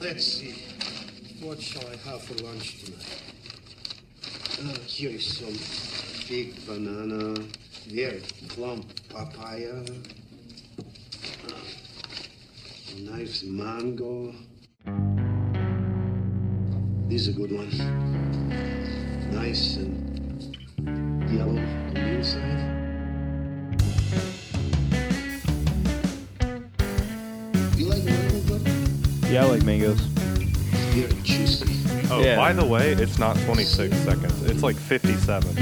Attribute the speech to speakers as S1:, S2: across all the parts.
S1: Let's see. What shall I have for lunch tonight? Uh, here is some big banana, very plump papaya, uh, nice mango. This is a good one. Nice and yellow on the inside. You like mango, bud?
S2: Yeah, I like mangoes.
S1: It's very juicy.
S3: Oh,
S2: Yeah.
S3: by the way, it's not 26 seconds. It's like 57.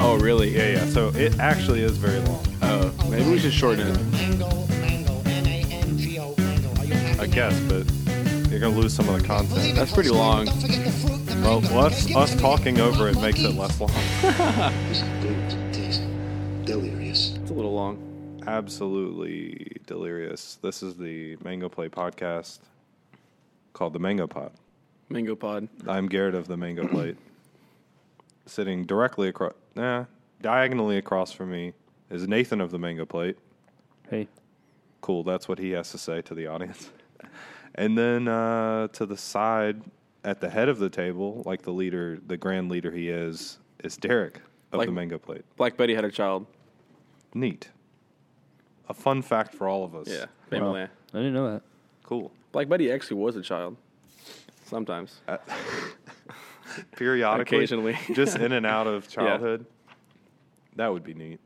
S2: Oh, really?
S3: Yeah, yeah. So it actually is very long.
S2: Oh, maybe we should shorten it.
S4: Mango, mango, M-A-N-G-O, mango. Are you happy
S3: I
S4: now?
S3: guess, but you're gonna lose some of the
S4: Believe it,
S3: content.
S2: That's pretty long.
S4: Don't forget the fruit, the
S3: Well,
S4: mango, okay?
S3: us
S4: Give
S3: us
S4: to me.
S3: talking over it
S4: Monkey.
S3: makes it less long.
S1: It's going to taste delirious.
S2: It's a little long.
S3: Absolutely delirious. This is the Mango Play podcast called the Mango Pod.
S2: Mango pod.
S3: I'm Garrett of the Mango Plate. Sitting directly across, nah, diagonally across from me is Nathan of the Mango Plate.
S2: Hey.
S3: cool. That's what he has to say to the audience. And then uh, to the side, at the head of the table, like the leader, the grand leader he is, is Derek of
S2: Like-
S3: the Mango Plate.
S2: Black Betty had a child.
S3: Neat. A fun fact for all of us.
S5: Yeah, family.
S6: I didn't know that.
S3: Cool.
S5: Black Betty actually was a child. Sometimes.
S3: Periodically.
S5: Occasionally.
S3: just in and out of childhood. That would be neat.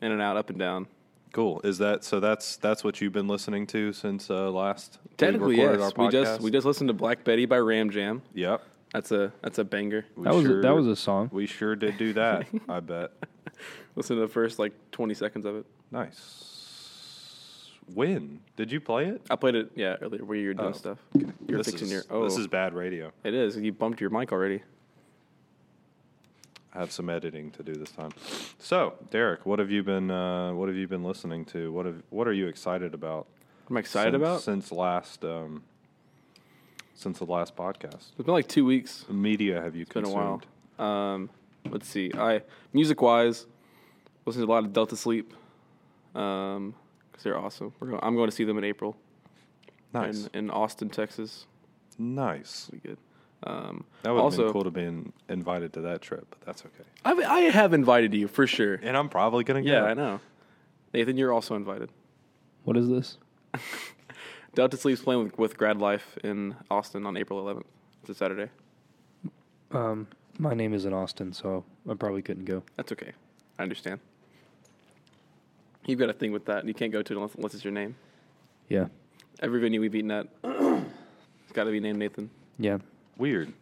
S5: In and out, up and down.
S3: Cool. Is that so? That's that's what you've been listening to since uh, last we
S5: Technically,
S3: recorded
S5: yes.
S3: our
S5: We just
S3: podcast?
S5: we just listened to Black Betty by Ram Jam.
S3: yep.
S5: That's a that's a banger.
S3: We
S6: That was a, that
S3: sure-
S6: was a song.
S3: We sure did do that. I bet.
S5: Listen to the first like twenty seconds of it.
S3: Nice. When did you play it?
S5: I played it yeah earlier where you were doing
S3: Oh,
S5: stuff. You're
S3: this
S5: fixing
S3: is,
S5: your oh
S3: This is bad radio.
S5: it is. You bumped your mic already.
S3: I have some editing to do this time. So, Derek, what have you been? Uh, what have you been listening to? What have? What are you excited about?
S5: I'm excited
S3: since,
S5: about.
S3: since last um, since the last podcast.
S5: It's been like two weeks.
S3: The media have you
S5: It's been
S3: consumed?
S5: a while. Um, let's see. I music wise, listen to a lot of Delta Sleep. Um, because they're awesome. We're going, I'm going to see them in April
S3: Nice,
S5: in, in Austin, Texas.
S3: nice.
S5: be good. Um,
S3: That would have
S5: also,
S3: been cool to be in, invited to that trip, but that's okay.
S5: I, I have invited you for sure.
S3: And I'm probably gonna
S5: Yeah,
S3: go.
S5: I know. Nathan, you're also invited.
S6: What is this?
S5: Delta Sleep's playing with, with Grad Life in Austin on April 11th. It's a Saturday.
S6: Um, my name isn't Austin, so I probably couldn't go.
S5: That's okay. I understand. You've got a thing with that. You can't go to it unless, unless it's your name.
S6: Yeah,
S5: Every venue we've eaten at, it's got to be named Nathan.
S6: yeah.
S3: Weird.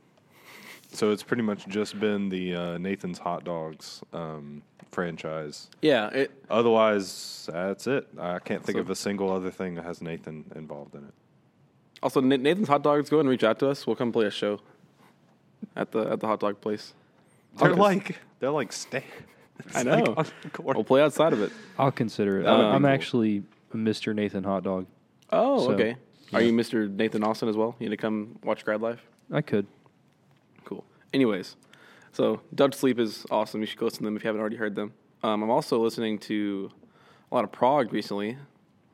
S3: So it's pretty much just been the uh, Nathan's Hot Dogs um, franchise.
S5: Yeah, it,
S3: Otherwise, that's it. I can't think
S5: So-
S3: of a single other thing that has Nathan involved in it.
S5: Also, Na- Nathan's Hot Dogs, go ahead and reach out to us. We'll come play a show at the at the hot dog place.
S3: They're
S5: Dogs.
S3: like they're like sta- it's
S5: I
S3: like
S5: know.
S3: on the court.
S5: We'll play outside of it.
S6: I'll consider it.
S5: That would
S6: I,
S5: be
S6: I'm
S5: cool.
S6: actually Mr. Nathan Hot Dog.
S5: Oh,
S6: So,
S5: okay. Are you Mr. Nathan Austin as well? You need to come watch Grad Life?
S6: I could.
S5: Cool. Anyways, so Dutch Sleep is awesome. You should go listen to them if you haven't already heard them. Um, I'm also listening to a lot of prog recently,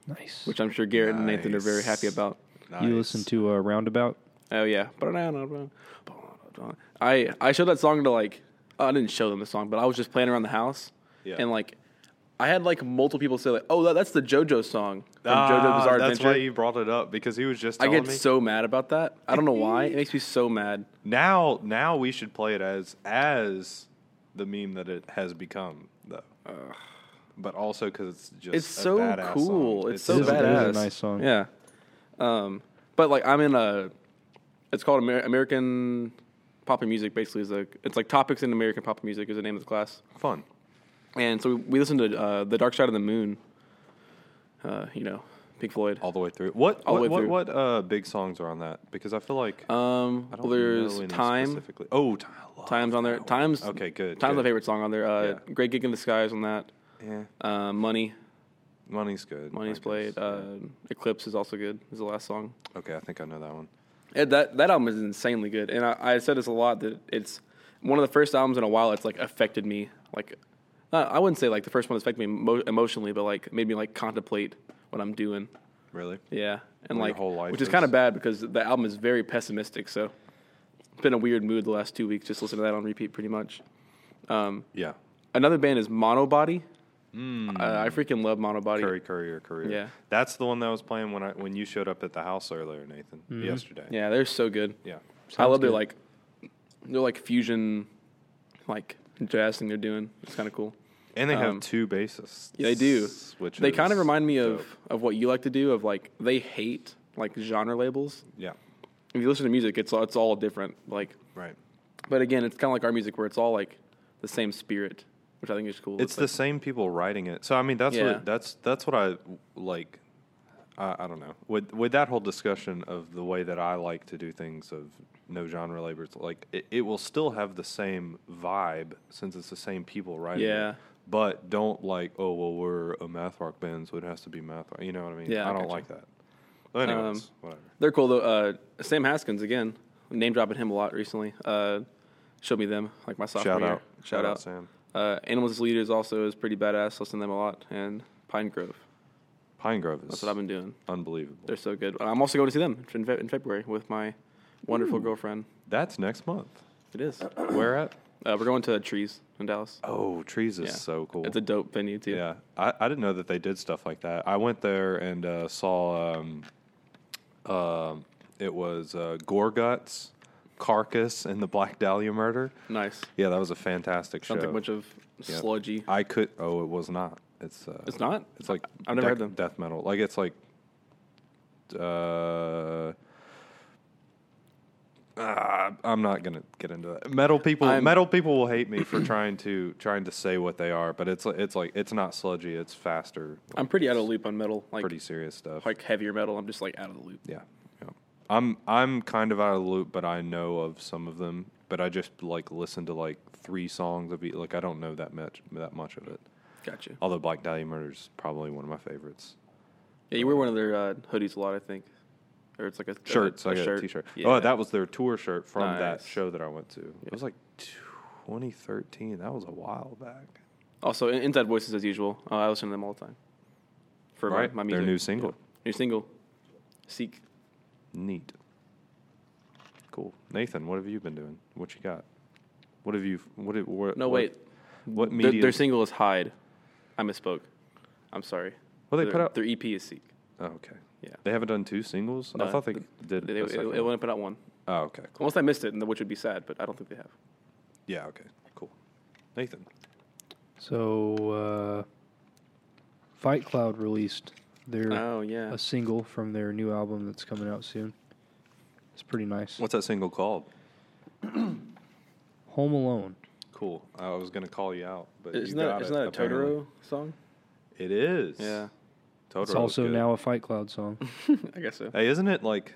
S6: Nice.
S5: which I'm sure Garrett and Nathan are very
S3: Nice.
S5: happy about.
S6: You listen to uh, Roundabout?
S5: Oh yeah, but I don't know. I I showed that song to like oh, I didn't show them the song, but I was just playing around the house,
S3: Yeah.
S5: and like I had like multiple people say like, "Oh, that, that's the JoJo song from JoJo
S3: Ah,
S5: Bizarre
S3: that's
S5: Adventure."
S3: why you brought it up because he was just.
S5: I
S3: Telling
S5: get
S3: me.
S5: so mad about that. I don't know why. It makes me so mad.
S3: now. Now we should play it as as the meme that it has become, though. But also because it's just
S5: It's
S3: a
S5: so
S3: badass
S5: cool.
S3: song.
S5: It's, so
S6: is- it is
S5: badass.
S6: a nice song.
S5: Yeah. Um, but like I'm in a, it's called Amer- American Popular Music. Basically, is a it's like topics in American Popular Music is the name of the class.
S3: fun.
S5: And so we, we listened to uh, the Dark Side of the Moon. Uh, you know, Pink Floyd.
S3: all the way through. What
S5: All the
S3: what
S5: way
S3: what,
S5: through.
S3: what uh, big songs are on that? Because I feel like
S5: Um,
S3: I
S5: well, there's
S3: know any
S5: Time.
S3: specifically. Oh, time.
S5: Times on there. Times.
S3: Okay, good,
S5: Times
S3: good.
S5: my favorite song on there. Uh,
S3: Yeah.
S5: Great gig in the skies on that.
S3: Yeah,
S5: Uh, Money.
S3: money's good. I
S5: Money's
S3: guess.
S5: played. Uh, Eclipse is also good. Is the last song.
S3: okay, I think I know that one.
S5: It, that that album is insanely good, and I, I said this a lot that it's one of the first albums in a while that's like affected me. Like, uh, I wouldn't say like the first one that affected me emo- emotionally, but like made me like contemplate what I'm doing.
S3: Really?
S5: Yeah, and
S3: Well, your
S5: like
S3: whole life
S5: which is
S3: is-
S5: kind of bad because the album is very pessimistic. So it's been a weird mood the last two weeks. Just listen to that on repeat pretty much.
S3: Yeah.
S5: Another band is Monobody. Uh, I freaking love Monobody.
S3: Mm. Curry, Curry, or Career.
S5: Yeah.
S3: That's the one that was playing when I when you showed up at the house earlier, Nathan, yesterday.
S5: Mm-hmm. Yeah, they're so good.
S3: Yeah.
S5: I love their like they're like fusion like jazz thing they're doing. It's kind of cool.
S3: And they
S5: Um,
S3: have two bassists.
S5: Yeah, they do.
S3: Which
S5: they
S3: is
S5: kind of remind me of
S3: dope.
S5: of what you like to do. Of like they hate like genre labels.
S3: Yeah.
S5: If you listen to music, it's all- it's all different. Like,
S3: Right.
S5: but again, it's kind of like our music where it's all like the same spirit, which I think is cool.
S3: It's the
S5: like,
S3: same people writing it. So I mean, that's
S5: Yeah.
S3: what that's that's what I like. I, I don't know with with that whole discussion of the way that I like to do things of no genre labels. Like it, it will still have the same vibe since it's the same people writing.
S5: Yeah.
S3: It. But don't like oh well we're a math rock band so it has to be math rock. You know what I mean?
S5: Yeah, I
S3: I don't
S5: gotcha. Um,
S3: like that. Well, anyways, whatever.
S5: they're cool though. Uh, Sam Haskins again, name dropping him a lot recently. Uh, showed me them like my sophomore
S3: Shout
S5: year.
S3: out.
S5: Shout,
S3: Shout
S5: out,
S3: out, Sam.
S5: Uh, Animals as Leaders also is pretty badass. Listen to them a lot, and Pine Grove.
S3: Pine Grove is
S5: That's what I've been doing.
S3: unbelievable.
S5: They're so good. And I'm also going to see them in, Fe- in February with my wonderful girlfriend.
S3: That's next month.
S5: It is. Uh,
S3: Where at?
S5: we're going to Trees in Dallas.
S3: Oh, trees is
S5: Yeah.
S3: so cool.
S5: It's a dope venue too.
S3: Yeah, I, I didn't know that they did stuff like that. I went there and uh, saw um, um it was uh, Gore Guts, Carcass, and the Black Dahlia Murder.
S5: Nice.
S3: Yeah, that was a fantastic
S5: Sounds
S3: show.
S5: like a bunch of
S3: Yeah.
S5: sludgy.
S3: I could. Oh, it was not. It's uh,
S5: It's not?
S3: It's like
S5: I've never
S3: dec-
S5: heard them.
S3: Death metal. Like it's like. Uh, ah, I'm not gonna get into that. Metal people,
S5: I'm-
S3: metal people will hate me for trying to trying to say what they are, but it's it's like it's not sludgy. It's faster.
S5: I'm pretty out of the loop on metal, like
S3: pretty serious stuff.
S5: like heavier metal. I'm just like out of the loop.
S3: yeah, yeah. I'm I'm kind of out of the loop, but I know of some of them. But I just like listen to like three songs of each. Like I don't know that much that much of it.
S5: Gotcha.
S3: Although Black Dahlia Murder is probably one of my favorites.
S5: Yeah, you wear one of their uh, hoodies a lot, I think, or it's like a
S3: Shirts,
S5: A,
S3: I
S5: a
S3: got
S5: shirt.
S3: a T-shirt.
S5: Yeah.
S3: Oh, that was their tour shirt from that
S5: Nice.
S3: show that I went to. It was like 2013. That was a while back.
S5: Also, In- Inside Voices as usual. Uh, I listen to them all the time. For my-
S3: Right,
S5: my,
S3: their
S5: music.
S3: new single.
S5: New single. Seek.
S3: Neat. Cool. Nathan, what have you been doing? What you got? What have you? What? have- what
S5: No
S3: what-
S5: wait.
S3: What
S5: Their,
S3: media?
S5: their single is Hide. I misspoke. I'm sorry.
S3: Well, they
S5: their,
S3: put out-
S5: their EP is Seek.
S3: Oh, okay.
S5: Yeah.
S3: They haven't done two singles. I
S5: No,
S3: thought they
S5: th-
S3: did.
S5: They,
S3: a
S5: it, it
S3: second one.
S5: only put out one.
S3: oh, okay. Cool.
S5: Unless I missed it, and which would be sad, but I don't think they have.
S3: Yeah. Okay. Cool. Nathan.
S6: So, uh, Fight Cloud released their
S5: Oh yeah.
S6: a single from their new album that's coming out soon. It's pretty nice.
S3: What's that single called?
S6: Home Alone.
S3: Cool. I was gonna call you out, but
S5: Isn't
S3: you
S5: that
S3: got
S5: isn't
S3: it,
S5: that a
S3: apparently.
S5: Totoro song?
S3: It is.
S5: Yeah,
S3: Totoro.
S6: It's also now a Fight Cloud song.
S5: I guess so.
S3: Hey, isn't it like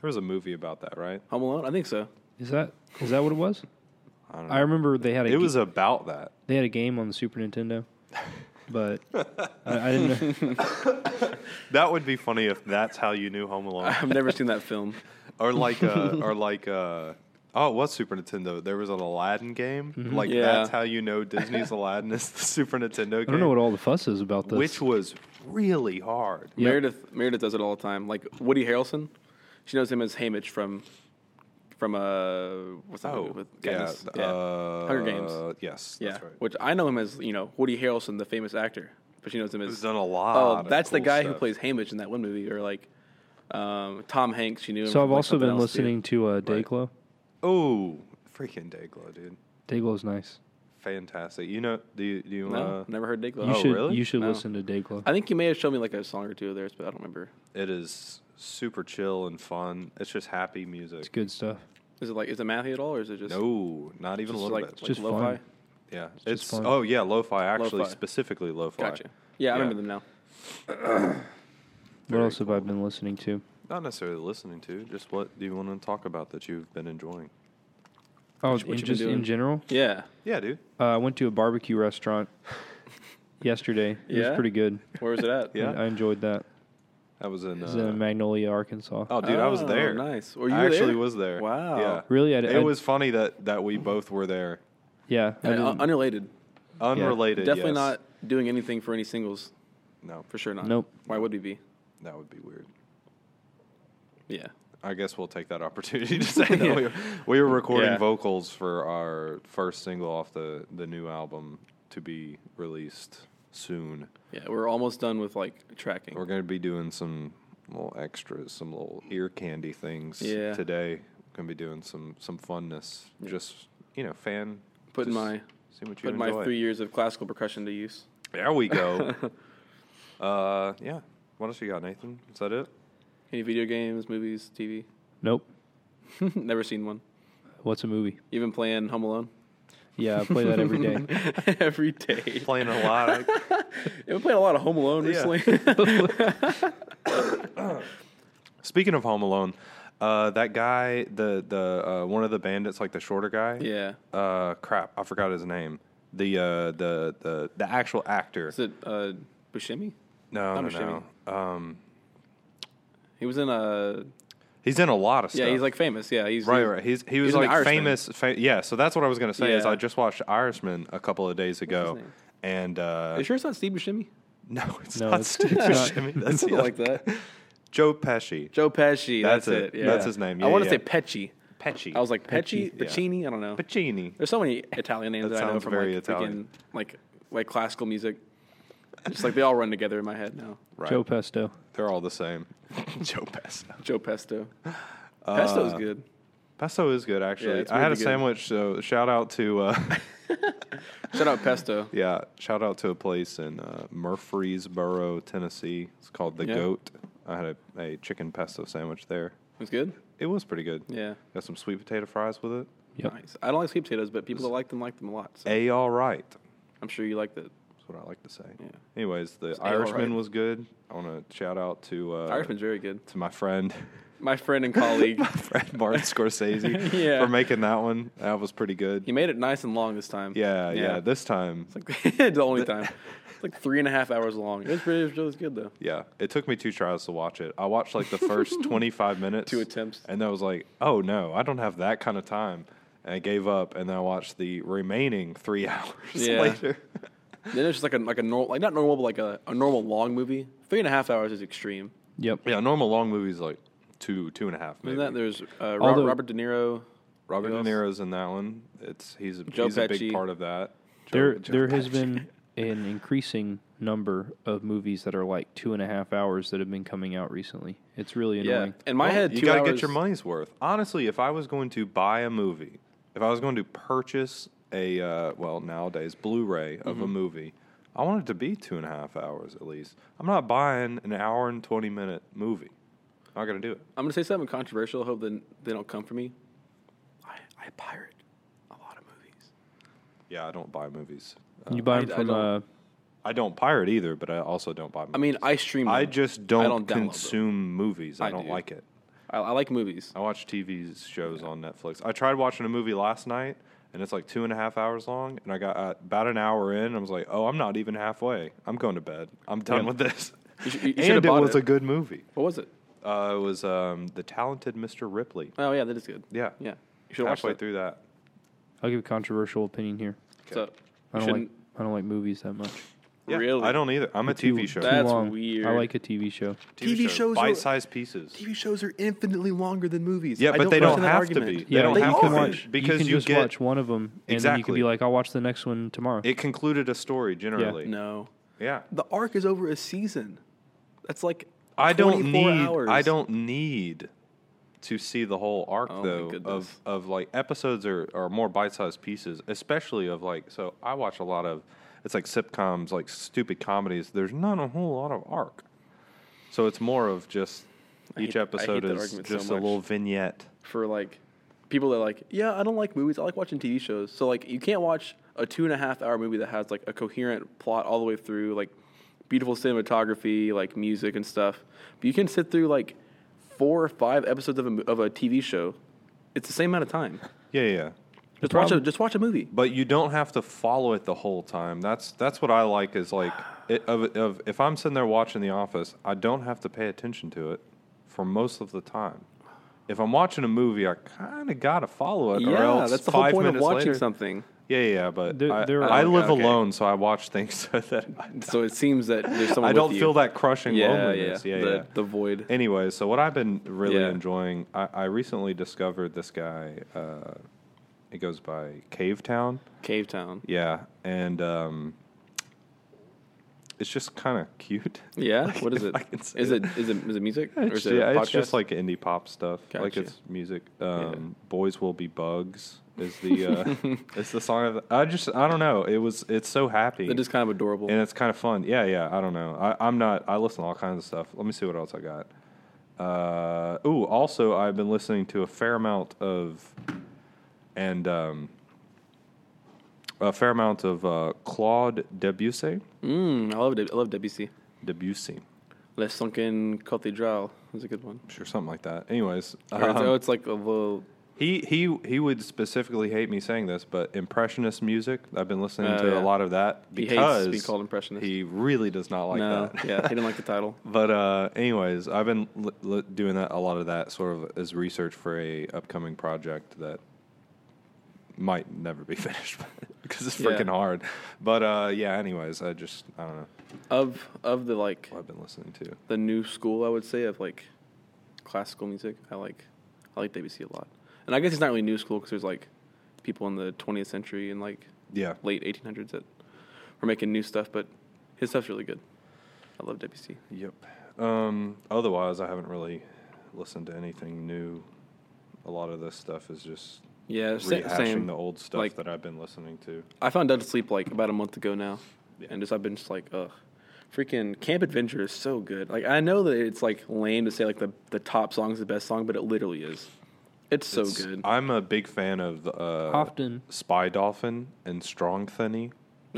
S3: there was a movie about that, right?
S5: Home Alone. I think so.
S6: Is that is that what it was?
S3: I don't know.
S6: I remember they had a
S3: it
S6: ga-
S3: was about that.
S6: they had a game on the Super Nintendo, but I, I didn't. Know.
S3: That would be funny if that's how you knew Home Alone,
S5: I've never seen that film.
S3: or like, uh, or like, uh, oh, it was Super Nintendo. There was an Aladdin game. Like
S5: Mm-hmm. Yeah.
S3: that's how you know Disney's Aladdin is the Super Nintendo game.
S6: I don't know what all the fuss is about this.
S3: which was really hard.
S6: Yep.
S5: Meredith Meredith does it all the time. Like Woody Harrelson, she knows him as Hamish from from uh what's that movie with Katniss?
S3: th-
S5: Yeah.
S3: Oh, Uh,
S5: Hunger Games.
S3: Yes,
S5: Yeah,
S3: that's right.
S5: which I know him as you know Woody Harrelson, the famous actor, but she knows him
S3: He's
S5: as
S3: done a lot.
S5: oh
S3: of
S5: that's the
S3: cool
S5: guy who
S3: stuff.
S5: plays Hamish in that one movie, or like um, Tom Hanks. She knew. Him
S6: so
S5: from,
S6: I've
S5: like,
S6: also
S5: something
S6: been
S5: else, too.
S6: listening to uh, Dayglow.
S3: Oh, freaking Dayglow, dude!
S6: Dayglow Dayglows nice.
S3: Fantastic. You know? Do you? Do you
S5: No,
S3: uh,
S5: never heard Dick
S6: You
S5: Love.
S3: Oh,
S6: should
S3: really?
S6: you should
S5: No.
S6: listen to Dayglow.
S5: I think you may have shown me like a song or two of theirs, but I don't remember.
S3: It is super chill and fun. It's just happy music.
S6: It's good stuff.
S5: Is it like is it mathy at all, or is it just
S3: No, not even
S5: just
S3: a little
S5: like,
S3: bit.
S5: like
S6: Just fun.
S5: lo-fi?
S3: yeah, it's,
S6: just fun.
S3: oh yeah, lo-fi actually
S5: Lo-fi.
S3: specifically lo-fi.
S5: Gotcha. Yeah, I
S3: Yeah.
S5: remember them now.
S6: What else have I been listening to?
S3: Not necessarily listening to. Just what do you want to talk about that you've been enjoying?
S6: Oh,
S5: What you
S6: in
S5: been
S6: just in
S5: doing?
S6: general.
S5: Yeah.
S3: Yeah, dude.
S6: Uh, I went to a barbecue restaurant yesterday. It
S5: Yeah?
S6: was pretty good.
S5: Where was it at?
S3: Yeah.
S6: I enjoyed that.
S3: I was in.
S6: It was in
S3: Uh,
S6: Magnolia, Arkansas.
S3: oh, dude, I was
S5: Oh,
S3: there.
S5: nice. Were
S3: I
S5: you
S3: actually
S5: there?
S3: was there.
S5: Wow.
S3: Yeah.
S6: Really? I-
S3: it
S6: I-
S3: was funny that that we both were there,
S6: yeah. I
S5: Uh,
S6: didn't-
S5: unrelated.
S3: unrelated.
S5: Definitely
S3: yes.
S5: not doing anything for any singles.
S3: No.
S5: For sure not.
S6: Nope.
S5: Why would we be?
S3: That would be weird.
S5: Yeah.
S3: I guess we'll take that opportunity to say that we, were, we were recording
S5: Yeah.
S3: vocals for our first single off the, the new album to be released soon.
S5: Yeah, we're almost done with like tracking.
S3: We're going to be doing some little extras, some little ear candy things
S5: Yeah.
S3: today. Going to be doing some some funness, just you know, fan.
S5: Putting
S3: just
S5: my-
S3: see what you
S5: Put
S3: enjoy.
S5: my three years of classical percussion to use.
S3: There we go. uh, yeah. What else you got, Nathan? Is that it?
S5: Any video games, movies, TV?
S6: Nope.
S5: Never seen one.
S6: What's a movie?
S5: You've been playing Home Alone
S6: Yeah, I play that every day.
S5: every day.
S3: Playing a lot. I-
S5: I've been playing a lot of Home Alone
S3: Yeah.
S5: recently.
S3: Speaking of Home Alone, uh, that guy, the the uh, one of the bandits, like the shorter guy.
S5: yeah.
S3: Uh, crap, I forgot his name. The uh, the the the actual actor.
S5: Is it uh, Buscemi?
S3: no, no,
S5: not
S3: no. Um,
S5: He was in a.
S3: he's in a lot of stuff.
S5: Yeah, he's like famous. Yeah, he's
S3: Right, right. He's he was
S5: in The
S3: like
S5: Irishman.
S3: famous. Fa- yeah, so that's what I was gonna say. Is
S5: Yeah.
S3: I just watched Irishman a couple of days ago,
S5: name?
S3: and uh,
S5: Are you sure it's not Steve Buscemi?
S3: no, it's
S6: No,
S3: not
S6: it's-
S3: Steve
S6: it's not.
S3: Buscemi. That's
S5: Something
S3: the
S5: like
S3: other-
S5: that.
S3: Joe Pesci.
S5: Joe Pesci.
S3: That's
S5: That's,
S3: it.
S5: it. Yeah.
S3: That's his name.
S5: I
S3: Yeah,
S5: want to
S3: yeah.
S5: say Pecci.
S3: Pesci.
S5: I was like Pecci,
S3: Yeah.
S5: Pacini. I don't know.
S3: Pacini.
S5: There's so many Italian names
S3: That
S5: that, I know
S3: sounds
S5: from
S3: very
S5: like
S3: Italian.
S5: freaking like like classical music. It's like they all run together in my head now.
S3: Right.
S6: Joe Pesto.
S3: They're all the same. Joe Pesto.
S5: Joe Pesto.
S3: Uh,
S5: Pesto's good.
S3: Pesto is good, actually.
S5: Yeah, it's
S3: I had a
S5: really good.
S3: sandwich, so shout out to uh,
S5: Shout out Pesto.
S3: yeah, shout out to a place in uh, Murfreesboro, Tennessee. It's called the
S5: Yeah.
S3: Goat. I had a, a chicken pesto sandwich there.
S5: It's good.
S3: It was pretty good.
S5: Yeah.
S3: Got some sweet potato fries with it.
S6: Yep.
S5: Nice. I don't like sweet potatoes, but people that like them like them a lot. So
S3: A all right.
S5: I'm sure you like that.
S3: That's what I like to say.
S5: Yeah.
S3: Anyways, the
S5: A all
S3: Irishman
S5: right.
S3: was good. I want to shout out to uh,
S5: Irishman's very good.
S3: to my friend
S5: My friend and colleague.
S3: Fred Martin Scorsese
S5: Yeah.
S3: for making that one. That was pretty good.
S5: he made it nice and long this time.
S3: Yeah, yeah. This time,
S5: It's like the only time. It's like three and a half hours long. It was pretty, it was really good though.
S3: Yeah, it took me two tries to watch it. I watched like the first 25 minutes.
S5: Two attempts.
S3: And then I was like, oh no, I don't have that kind of time. And I gave up, and then I watched the remaining three hours
S5: Yeah.
S3: later.
S5: Then it's just like a like a normal like not normal but like a, a normal long movie. Three and a half hours is extreme.
S6: Yep.
S3: Yeah, normal long movies like two, two and a half. Maybe.
S5: And that there's uh, Ro-
S6: Although-
S5: Robert De Niro.
S3: Robert
S5: who
S3: De
S5: else?
S3: Niro's in that one. It's he's a,
S5: Joe
S3: he's a big
S5: Pesci.
S3: part of that. Joe-
S6: There,
S3: Joe
S6: there has
S3: Pesci.
S6: been an increasing number of movies that are like two and a half hours that have been coming out recently. It's really
S5: Yeah,
S6: annoying.
S5: in my
S3: Well,
S5: head,
S3: you
S5: two
S3: gotta
S5: hours,
S3: get your money's worth. Honestly, if I was going to buy a movie, if I was going to purchase a uh, well nowadays Blu-ray
S5: Mm-hmm.
S3: of a movie, I want it to be two and a half hours at least. I'm not buying an hour and twenty minute movie. Not gonna do it.
S5: I'm gonna say something controversial. Hope they, they don't come for me. I, I pirate a lot of movies.
S3: Yeah, I don't buy movies. Uh,
S6: You buy them
S5: I- I
S6: from uh,
S5: don't-
S3: I don't pirate either, but I also don't buy. Movies.
S5: I mean, I stream.
S3: I
S5: them.
S3: just don't,
S5: I don't download them.
S3: consume movies. I,
S5: I
S3: don't
S5: do.
S3: like it.
S5: I, I like movies.
S3: I watch TV shows on Netflix. I tried watching a movie last night, and it's like two and a half hours long. And I got uh, about an hour in. And I was like, "Oh, I'm not even halfway. I'm going to bed. I'm done with this."
S5: You should- you should've
S3: and it
S5: bought
S3: was
S5: it.
S3: a good movie.
S5: What was it?
S3: Uh, it was um, the talented Mr. Ripley.
S5: Oh yeah, that is good.
S3: Yeah,
S5: yeah. You should watch
S3: Halfway
S5: that.
S3: through that,
S6: I'll give a controversial opinion here.
S5: So,
S6: I
S5: you
S6: don't like
S5: shouldn't.
S6: I don't like movies that much.
S3: yeah,
S5: Really?
S3: I don't either. I'm a
S6: Too-
S3: TV show.
S6: too
S5: That's
S6: long.
S5: weird.
S6: I like a TV show.
S5: TV shows are-
S3: bite-sized pieces.
S5: TV shows are infinitely longer than movies.
S3: Yeah,
S5: I
S3: but they don't
S5: understand that
S3: have to
S5: argument.
S3: be. They don't
S6: you
S3: have
S6: can
S3: to be,
S6: watch
S3: because
S6: you can
S3: you
S6: just
S3: get-
S6: watch one of them, and then you can
S3: Exactly.
S6: be like, "I'll watch the next one tomorrow."
S3: It concluded a story generally.
S5: No,
S3: Yeah.
S5: the arc is over a season. That's like
S3: I don't
S5: 24
S3: need.
S5: Hours.
S3: I don't need to see the whole arc
S5: Oh my
S3: though of
S5: goodness.
S3: of like episodes are are more bite sized pieces, especially of like. So I watch a lot of it's like sitcoms, like stupid comedies. There's not a whole lot of arc, so it's more of just each
S5: hate- I hate
S3: episode
S5: that
S3: is
S5: argument so
S3: just a
S5: much.
S3: little vignette.
S5: for like people that are like, yeah, I don't like movies. I like watching TV shows. So like, you can't watch a two and a half hour movie that has like a coherent plot all the way through, like beautiful cinematography, like music and stuff. But you can sit through like four or five episodes of a mo- of a TV show. It's the same amount of time.
S3: Yeah, yeah.
S5: Just watch a
S6: problem-
S5: just watch a movie.
S3: But you don't have to follow it the whole time. That's that's what I like is like it, of, of if I'm sitting there watching The Office, I don't have to pay attention to it for most of the time. If I'm watching a movie, I kind of gotta follow it. or
S5: yeah,
S3: else
S5: that's the whole
S3: five
S5: point of
S3: minutes
S5: watching
S3: later,
S5: something.
S3: Yeah, yeah, yeah, but
S6: There-
S3: I,
S6: there are-
S3: I
S6: Oh,
S3: live
S5: okay.
S3: alone, so I watch things so that
S5: So it seems that there's
S3: I,
S5: someone.
S3: I
S5: with
S3: don't
S5: you.
S3: feel that crushing
S5: Yeah, yeah,
S3: loneliness. Yeah, yeah.
S5: the, the void.
S3: Anyway, so what I've been really
S5: Yeah.
S3: enjoying, I, I recently discovered this guy. Uh, it goes by Cave Town.
S5: Cave Town.
S3: Yeah, and um, it's just kind of cute.
S5: Yeah.
S3: Like,
S5: What is
S3: if
S5: it?
S3: I can say
S5: Is it
S3: that.
S5: is it is it music or
S3: It's,
S5: is it a
S3: yeah, it's just
S5: podcast?
S3: like indie pop stuff. Like
S5: Gotcha.
S3: it's music. Um, Boys will be bugs is the uh, it's the song of the, I just I don't know. It was it's so happy.
S5: They're just kind of adorable.
S3: and it's kind of fun. Yeah, yeah. I don't know. I, I'm not. I listen to all kinds of stuff. Let me see what else I got. Uh, ooh, also I've been listening to a fair amount of, and um, a fair amount of uh, Claude Debussy.
S5: Mm, I love Deb- I love Debussy.
S3: Debussy,
S5: Les Sunken Cathedral is a good one.
S3: or something like that. Anyways,
S5: Or it's-
S3: um,
S5: oh, it's like a little.
S3: He he he would specifically hate me saying this, but impressionist music. I've been listening
S5: Oh,
S3: to
S5: yeah.
S3: a lot of that
S5: He hates
S3: because
S5: to be called impressionist.
S3: He really does not like
S5: no,
S3: that.
S5: yeah, he didn't like the title.
S3: But uh, anyways, I've been l- l- doing that a lot of that sort of as research for a upcoming project that might never be finished because it's
S5: Yeah.
S3: freaking hard. But uh, yeah, anyways, I just I don't know
S5: Of of the like
S3: what I've been listening to.
S5: the new school, I would say of like classical music. I like I like Debussy a lot, and I guess it's not really new school because there's like people in the 20th century and like
S3: Yeah,
S5: late 1800s that were making new stuff, but his stuff's really good. I love Debussy.
S3: Yep. Um, otherwise, I haven't really listened to anything new. A lot of this stuff is just
S5: Yeah, Uh, sa-
S3: rehashing
S5: same.
S3: the old stuff
S5: Like-
S3: that I've been listening to.
S5: I found Dead to Sleep like about a month ago now,
S3: Yeah.
S5: and just I've been just like, ugh, freaking Camp Adventure is so good. Like I know that it's like lame to say like the the top song is the best song, but it literally is. It's so
S3: It's-
S5: good.
S3: I'm a big fan of uh,
S6: Often.
S3: Spy Dolphin and Strong Thinny.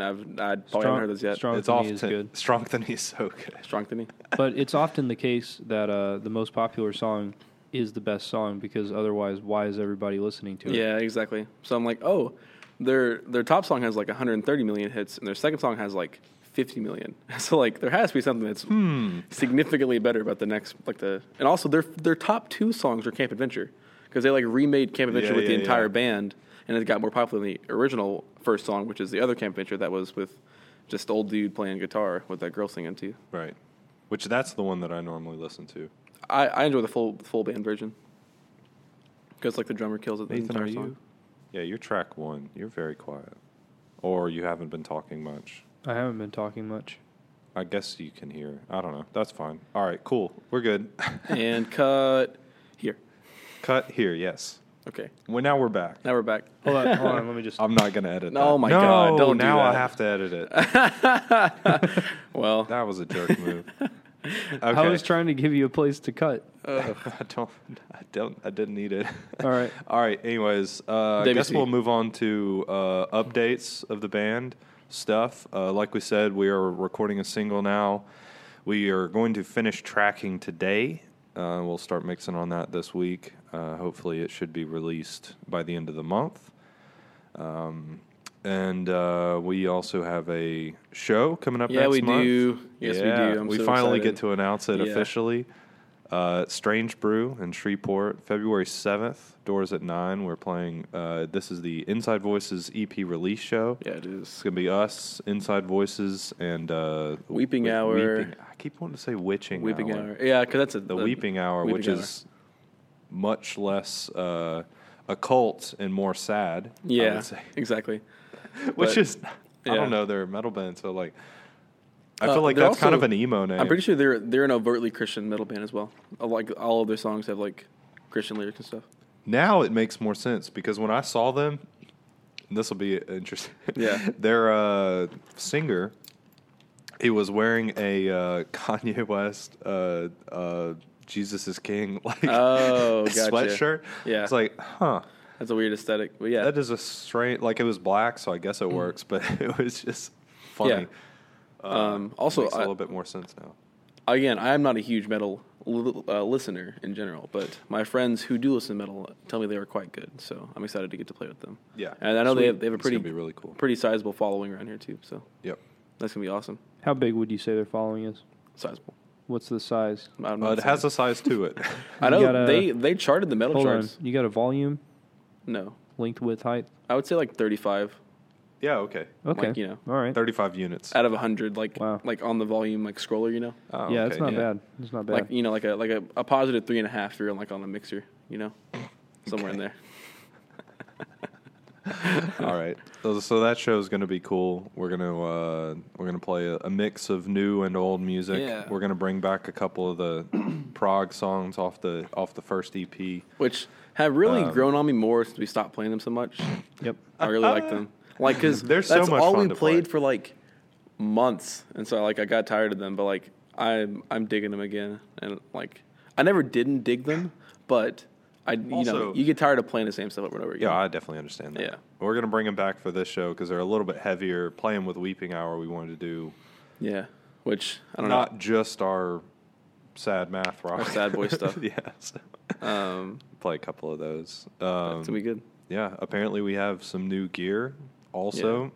S5: I've I probably haven't heard those yet. Strong,
S6: Strong Thinny
S3: It's often
S6: is good.
S3: Strong Thinny is so good.
S5: to me.
S6: but it's often the case that uh, the most popular song is the best song because otherwise, why is everybody listening to it?
S5: Yeah, exactly. So I'm like, oh, their their top song has like 130 million hits, and their second song has like 50 million. So like, there has to be something that's
S3: Hmm.
S5: significantly better about the next like the and also their their top two songs are Camp Adventure because they like remade Camp Adventure
S3: Yeah,
S5: with
S3: yeah,
S5: the entire
S3: yeah.
S5: band, and it got more popular than the original first song, which is the other Camp Adventure that was with just old dude playing guitar with that girl singing too.
S3: Right. Which that's the one that I normally listen to.
S5: I, I enjoy the full full band version because like the drummer kills it. The
S3: Nathan,
S5: entire
S3: are
S5: song.
S3: you? Yeah, you're track one. You're very quiet, or you haven't been talking much.
S6: I haven't been talking much.
S3: I guess you can hear. I don't know. That's fine. All right, cool. We're good.
S5: and cut here.
S3: Cut here. Yes.
S5: Okay,
S3: Well, now we're back.
S5: now we're back.
S6: Hold on, hold on. Let me just.
S3: I'm not gonna edit.
S5: Oh
S3: that.
S5: my God, don't do
S3: now I
S5: that.
S3: have to edit it.
S5: Well,
S3: That was a jerk move. Okay.
S6: I was trying to give you a place to cut.
S3: I don't. I don't. I didn't need it.
S6: All right.
S3: All right. Anyways, uh, I guess
S5: WC.
S3: we'll move on to uh, updates of the band stuff. Uh, like we said, we are recording a single now. We are going to finish tracking today. Uh, we'll start mixing on that this week. Uh, hopefully, it should be released by the end of the month. Um, and uh, we also have a show coming up
S5: Yeah,
S3: next
S5: we
S3: month.
S5: do. Yes, we
S3: Yeah,
S5: do. I'm
S3: we
S5: so
S3: finally
S5: excited.
S3: get to announce it
S5: Yeah.
S3: officially. Uh, Strange Brew in Shreveport, February 7th, doors at 9. We're playing, uh, this is the Inside Voices EP release show.
S5: yeah, it
S3: It's
S5: is.
S3: going to be us, Inside Voices, and uh,
S5: Weeping
S3: Wee-
S5: Hour.
S3: Weeping- I keep wanting to say Witching
S5: Weeping
S3: Hour.
S5: hour. Yeah, because that's a,
S3: The Weeping Hour, which is much less uh, occult and more sad. I
S5: yeah,
S3: would say.
S5: exactly.
S3: Which
S5: But-
S3: is, I
S5: yeah.
S3: don't know, they're a metal band, so like, I
S5: Uh,
S3: feel like
S5: they're
S3: that's kind of
S5: also-
S3: an emo name.
S5: I'm pretty sure they're they're an overtly Christian metal band as well. Uh, Like all of their songs have like Christian lyrics and stuff.
S3: Now it makes more sense because when I saw them, this will be interesting.
S5: Yeah.
S3: their uh, singer, he was wearing a uh, Kanye West uh, uh, "Jesus is King" like
S5: Oh, gotcha.
S3: sweatshirt.
S5: Yeah.
S3: it's like, huh?
S5: That's a weird aesthetic, but yeah,
S3: That is a strange. Like it was black, so I guess
S5: Mm.
S3: it works, but it was just funny.
S5: um, also,
S3: uh, Makes a little
S5: I,
S3: bit more sense now.
S5: again, I am not a huge metal li- uh, listener in general, but my friends who do listen to metal tell me they are quite good. So I'm excited to get to play with them.
S3: Yeah.
S5: and I know they
S3: Sweet.
S5: have, they have a
S3: It's gonna
S5: pretty
S3: be really cool.
S5: pretty sizable following around here too. So
S3: Yep.
S5: that's gonna be awesome.
S6: How big would you say their following is?
S5: Sizable.
S6: What's the size?
S5: I'm
S3: Uh,
S5: not
S3: it has
S5: saying-
S3: a size to it.
S5: I know
S6: You gotta-
S5: they they charted the metal
S6: Hold
S5: charts.
S6: on. You got a volume,
S5: No,
S6: length, width, height.
S5: I would say like 35.
S3: Yeah, okay.
S6: Okay.
S5: Like, you know.
S6: All right.
S3: 35 units.
S5: out of hundred, like
S6: Wow.
S5: like on the volume like scroller, you know,
S3: Oh,
S6: yeah,
S3: okay,
S6: it's not
S3: yeah.
S6: bad. It's not bad.
S5: like you know, like a like a, a positive three and a half. If you're on like on a mixer, you know, somewhere in there.
S3: All right. So, so that show is going to be cool. We're going to uh, we're going to play a, a mix of new and old music.
S5: Yeah.
S3: We're going to bring back a couple of the prog songs off the off the first E EP.
S5: Which have really
S3: Um,
S5: grown on me more since we stopped playing them so much.
S6: yep.
S5: I really like them. Like because
S3: They're
S5: that's
S3: so much
S5: all
S3: fun
S5: we
S3: to play.
S5: played for like months, and so like I got tired of them. But like I'm I'm digging them again, and like I never didn't dig them, but I you know
S3: Also-
S5: you get tired of playing the same stuff over and over again.
S3: Yeah, I definitely understand that.
S5: Yeah.
S3: We're going to bring them back for this show cuz they're a little bit heavier. Playing with Weeping Hour we wanted to do
S5: yeah. Which I don't
S3: not just our sad math rock.
S5: sad boy stuff.
S3: yeah. So
S5: know. Um,
S3: play a couple of those. Um,
S5: it's gonna be good.
S3: yeah, apparently we have some new gear also
S5: Yeah.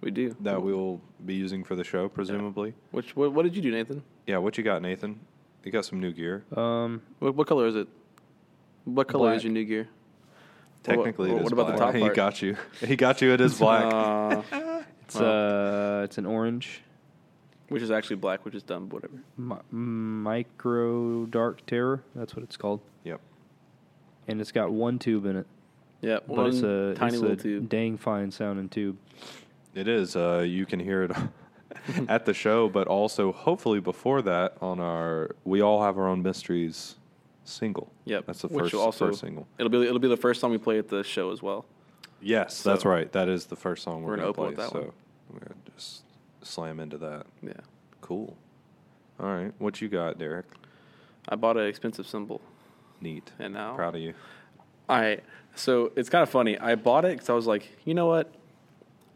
S5: We do.
S3: that we'll be using for the show presumably.
S5: Which what, what did you do, Nathan?
S3: Yeah, what you got, Nathan? You got some new gear.
S6: Um,
S5: What, what color is it? What color
S6: Black.
S5: is your new gear?
S3: Technically,
S5: what-
S3: it is
S5: what about the
S3: black.
S5: top part?
S3: He got you. He got you. It is black.
S5: Uh,
S6: it's uh, it's an orange
S5: which is actually black, which is dumb. Whatever.
S6: mi- micro dark terror. That's what it's called,
S3: yep.
S6: and it's got one tube in it,
S5: Yeah,
S6: but
S5: one
S6: it's a
S5: tiny
S6: it's
S5: little
S6: a
S5: tube.
S6: dang fine sounding tube.
S3: It is. Uh, you can hear it at the show, but also hopefully before that on our "We All Have Our Own Mysteries" single.
S5: Yep,
S3: that's the
S5: which
S3: first
S5: will also-
S3: first single.
S5: It'll be it'll be the first song we play at the show as well.
S3: Yes,
S5: So-
S3: that's right. That is the first song we're,
S5: We're
S3: gonna,
S5: gonna
S3: play.
S5: open with that
S3: so
S5: one.
S3: we're gonna just slam into that.
S5: Yeah,
S3: Cool. All right, what you got, Derek?
S5: I bought an expensive symbol,
S3: Neat.
S5: and now
S3: Proud of you.
S5: All right, so it's kind of funny. I bought it because I was like, you know what,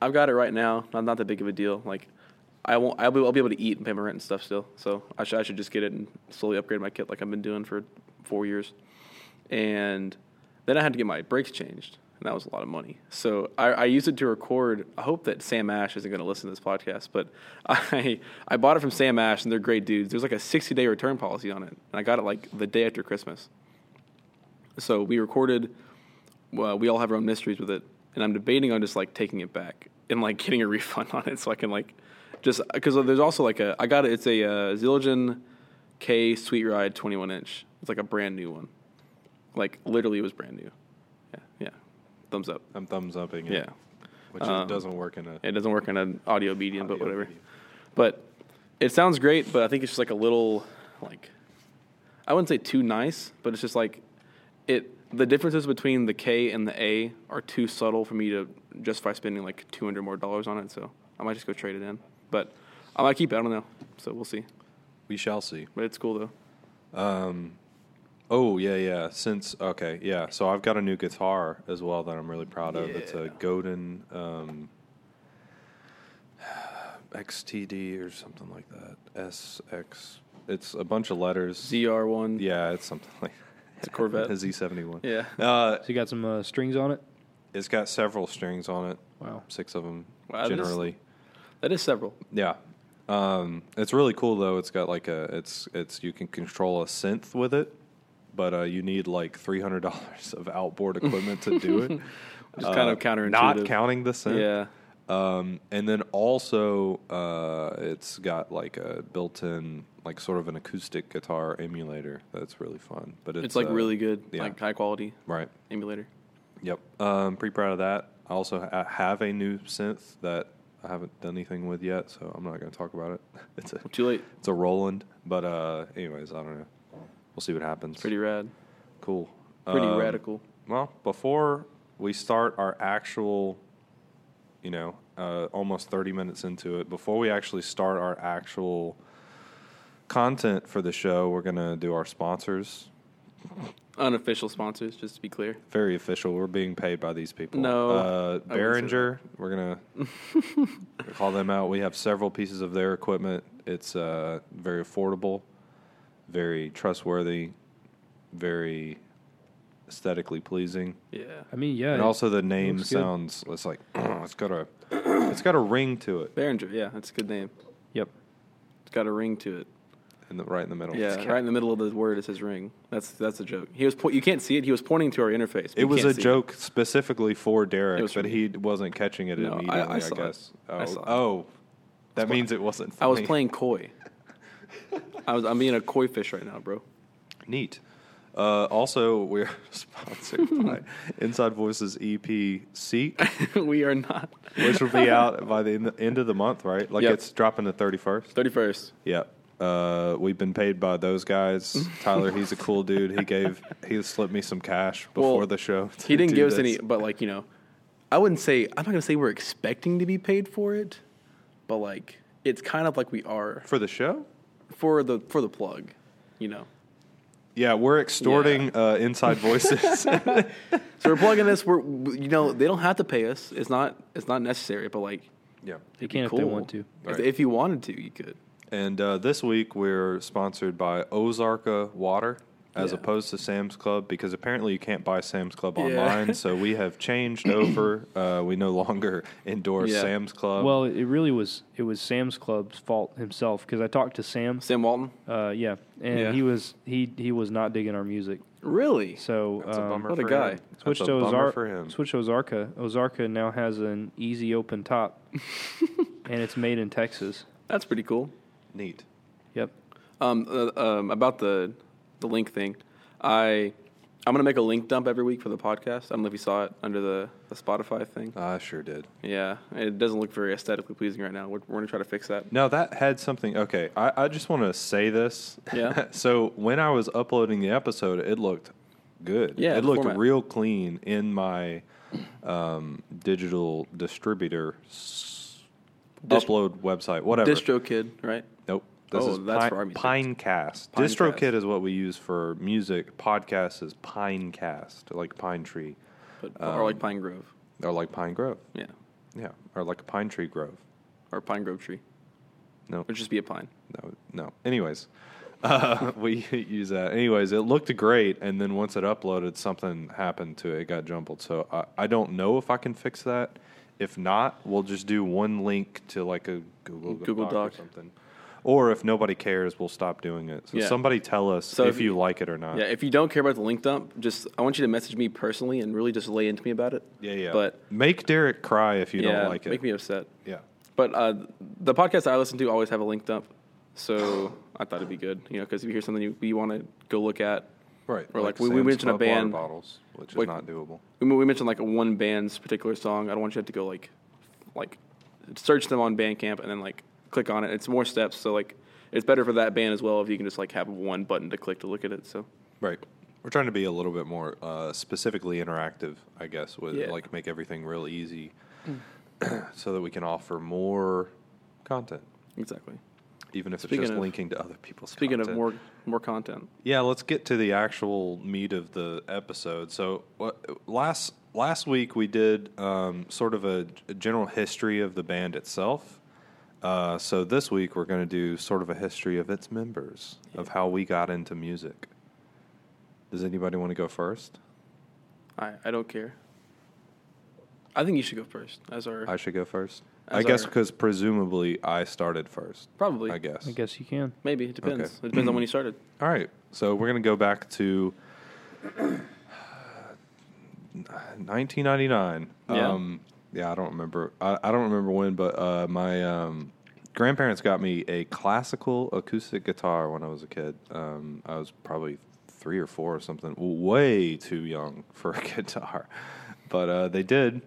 S5: I've got it right now. Not not that big of a deal. Like, I won't. I'll be, I'll be able to eat and pay my rent and stuff still. So I should I should just get it and slowly upgrade my kit like I've been doing for four years. And then I had to get my brakes changed, and that was a lot of money. So I, I used it to record. I hope that Sam Ash isn't going to listen to this podcast, but I I bought it from Sam Ash, and they're great dudes. There's like a 60 day return policy on it, and I got it like the day after Christmas. So we recorded. Well, we all have our own mysteries with it, and I'm debating on just like taking it back and like getting a refund on it, so I can like just because there's also like a I got it. It's a uh, Zildjian K Sweet Ride 21 inch. It's like a brand new one, like literally it was brand new. Yeah, yeah. Thumbs up.
S3: I'm thumbs upping it.
S5: Yeah,
S3: which
S5: Um,
S3: it doesn't work in a.
S5: it doesn't work on an audio medium, but
S3: Audio
S5: whatever.
S3: medium.
S5: But it sounds great, but I think it's just like a little like I wouldn't say too nice, but it's just like it the differences between the K and the A are too subtle for me to justify spending like two hundred more dollars on it, so I might just go trade it in. But I might keep it, I don't know. So we'll see.
S3: we shall see.
S5: But it's cool though.
S3: Oh yeah, yeah. Since okay, yeah. So I've got a new guitar as well that I'm really proud of. It's a Godin um, XTD or something like that. SX. It's a bunch of letters.
S5: ZR one.
S3: Yeah, it's something like.
S5: It's a Corvette.
S3: a Z71.
S5: Yeah.
S3: Uh,
S6: So you got some uh, strings on it.
S3: it's got several strings on it.
S6: Wow.
S3: Six of them
S5: Wow, this-
S3: generally.
S5: That is several.
S3: Yeah. Um, it's really cool though. It's got like a it's it's you can control a synth with it, but uh, you need like three hundred dollars of outboard equipment to do it.
S5: It's kind of
S3: Uh,
S5: counterintuitive.
S3: Not counting the synth.
S5: Yeah.
S3: Um, and then also uh, it's got like a built-in like sort of an acoustic guitar emulator that's really fun. But it's,
S5: It's, like
S3: uh,
S5: really good,
S3: yeah.
S5: like high quality
S3: right.
S5: emulator.
S3: Yep. Um, pretty proud of that. I also ha- have a new synth that I haven't done anything with yet, so I'm not going to talk about it. it's a
S5: Too late.
S3: it's a Roland, but uh, anyways, I don't know. We'll see what happens.
S5: Pretty rad.
S3: cool.
S5: Pretty
S3: Um,
S5: radical.
S3: Well, before we start our actual, you know, uh, almost 30 minutes into it, before we actually start our actual content for the show, we're going to do our sponsors.
S5: Unofficial sponsors, just to be clear.
S3: Very official. We're being paid by these people.
S5: No,
S3: Uh,
S5: I wouldn't say
S3: Behringer, we're going to call them out. We have several pieces of their equipment. It's uh, very affordable, very trustworthy, very aesthetically pleasing.
S5: Yeah.
S6: I mean, yeah.
S3: And
S6: it-
S3: also the name
S6: looks good.
S3: sounds it's like it's got a it's got a ring to it.
S5: Behringer, yeah, that's a good name.
S6: Yep.
S5: It's got a ring to it.
S3: in the right in the middle.
S5: Yeah, right in the middle of the word it says ring. That's that's a joke. He was po- you can't see it. He was pointing to our interface. but
S3: It
S5: you
S3: was
S5: can't
S3: a
S5: see
S3: joke specifically for Derek,
S5: was for
S3: but he wasn't catching it
S5: No, I-
S3: immediately.
S5: I
S3: I,
S5: saw it.
S3: guess. Oh,
S5: I saw it.
S3: oh, that means it wasn't. For
S5: I was
S3: me.
S5: playing koi. I was I'm being a koi fish right now, bro.
S3: Neat. Uh, also, we're sponsored by Inside Voices EP Seek,
S5: we are not.
S3: which will be out by the en- end of the month, right? Like
S5: Yep.
S3: it's dropping the thirty first.
S5: Thirty first.
S3: Yeah. Uh, we've been paid by those guys. Tyler, he's a cool dude. He gave he slipped me some cash before
S5: Well,
S3: the show. to
S5: He didn't
S3: do
S5: give us
S3: this.
S5: any, but like you know, I wouldn't say I'm not gonna say we're expecting to be paid for it, but like it's kind of like we are
S3: for the show.
S5: for the for the plug, you know.
S3: Yeah, we're extorting Uh, Inside Voices.
S5: So we're plugging this. We're you know they don't have to pay us. It's not it's not necessary, but like
S3: yeah.
S6: They
S5: it'd be
S6: can if they want to.
S5: If,
S3: Right.
S5: if you wanted to, you could.
S3: And uh, this week we're sponsored by Ozarka Water as
S5: Yeah.
S3: opposed to Sam's Club because apparently you can't buy Sam's Club
S5: Yeah.
S3: online. so we have changed over. Uh, we no longer endorse
S5: Yeah.
S3: Sam's Club.
S6: Well, it really was it was Sam's Club's fault himself because I talked to Sam.
S5: Sam Walton.
S6: Uh, yeah, and
S5: Yeah.
S6: he was he he was not digging our music.
S5: Really?
S6: So
S3: That's a
S6: um,
S3: bummer
S5: what a
S3: for
S5: guy.
S3: Him. That's
S6: switched
S3: a
S6: to
S3: bummer
S6: Ozark.
S3: for him.
S6: Switched to Ozarka. Ozarka now has an easy open top, and it's made in Texas.
S5: That's pretty cool.
S3: Neat.
S6: Yep.
S5: Um, uh, um, about the the link thing, I I'm gonna make a link dump every week for the podcast. I don't know if you saw it under the, the Spotify thing.
S3: I sure did.
S5: Yeah, it doesn't look very aesthetically pleasing right now. We're, we're gonna try to fix that.
S3: No, that had something. Okay, I, I just want to say this.
S5: Yeah.
S3: so when I was uploading the episode, it looked good.
S5: Yeah,
S3: It
S5: the
S3: looked
S5: format.
S3: real clean in my um, digital distributor s-
S5: Dist-
S3: upload website, whatever.
S5: Distro Kid, right?
S3: nope. This
S5: Oh,
S3: is
S5: that's
S3: Pi-
S5: for our music.
S3: Pinecast.
S5: Pinecast.
S3: DistroKid is what we use for music. Podcast is Pinecast, like Pine Tree,
S5: But, or like Pine Grove.
S3: or like Pine Grove.
S5: Yeah,
S3: Yeah, or like a pine tree grove.
S5: or Pine Grove Tree.
S3: No,
S5: Or just be a pine.
S3: No, no. Anyways, uh, we use that. Anyways, it looked great, and then once it uploaded, something happened to it. It got jumbled. So I, I don't know if I can fix that. If not, we'll just do one link to like a Google
S5: Google
S3: or
S5: Doc.
S3: something. Or if nobody cares, we'll stop doing it. So
S5: Yeah.
S3: somebody tell us
S5: So
S3: if
S5: if-
S3: you like it or not.
S5: Yeah, if you don't care about the link dump, just I want you to message me personally and really just lay into me about it.
S3: yeah, yeah.
S5: But
S3: make Derek cry if you
S5: yeah,
S3: don't like it.
S5: make me upset.
S3: yeah.
S5: But uh, the podcasts I listen to always have a link dump, so I thought it'd be good, you know, because if you hear something you, you want to go look at,
S3: Right.
S5: Or like we- we mentioned a
S3: Club water
S5: band-
S3: bottles, which is
S5: like-
S3: not doable.
S5: we, we mentioned like one band's particular song. I don't want you to have to go like, like, search them on Bandcamp and then like click on it. It's more steps, so like it's better for that band as well if you can just like have one button to click to look at it. So
S3: Right. We're trying to be a little bit more uh, specifically interactive, I guess, with
S5: Yeah. Mm.
S3: like make everything real easy so that we can offer more content,
S5: exactly.
S3: even if
S5: Speaking
S3: it's just
S5: of-
S3: linking to other people's
S5: Speaking of
S3: content.
S5: more more content,
S3: Yeah, let's get to the actual meat of the episode. So what, last last week we did um, sort of a, a general history of the band itself. Uh, so this week we're going to do sort of a history of its members, of how we got into music. Does anybody want to go first?
S5: I I don't care. I think you should go first as our
S3: I should go first. I
S5: As
S3: guess
S5: our-
S3: because presumably I started first.
S5: Probably.
S3: I guess.
S6: I guess you can.
S5: maybe it depends. It depends on when you started.
S3: All right. So we're going to go back to 1999.
S5: Yeah.
S3: Um, yeah, I don't remember. I, I don't remember when, but uh, my um, grandparents got me a classical acoustic guitar when I was a kid. Um, I was probably three or four or something. Way too young for a guitar, but uh, they did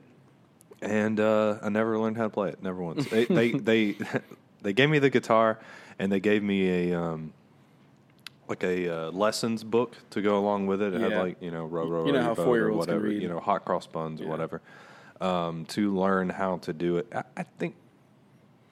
S3: and uh, I never learned how to play it. Never once. They they they, they gave me the guitar, and they gave me a um, like a uh, lessons book to go along with it. It had
S5: Yeah.
S3: like you know row row
S5: You know
S3: row
S5: how
S3: your boat or
S5: four-year-olds can
S3: whatever
S5: read.
S3: you know hot cross buns or
S5: Yeah.
S3: whatever um, to learn how to do it. I, I think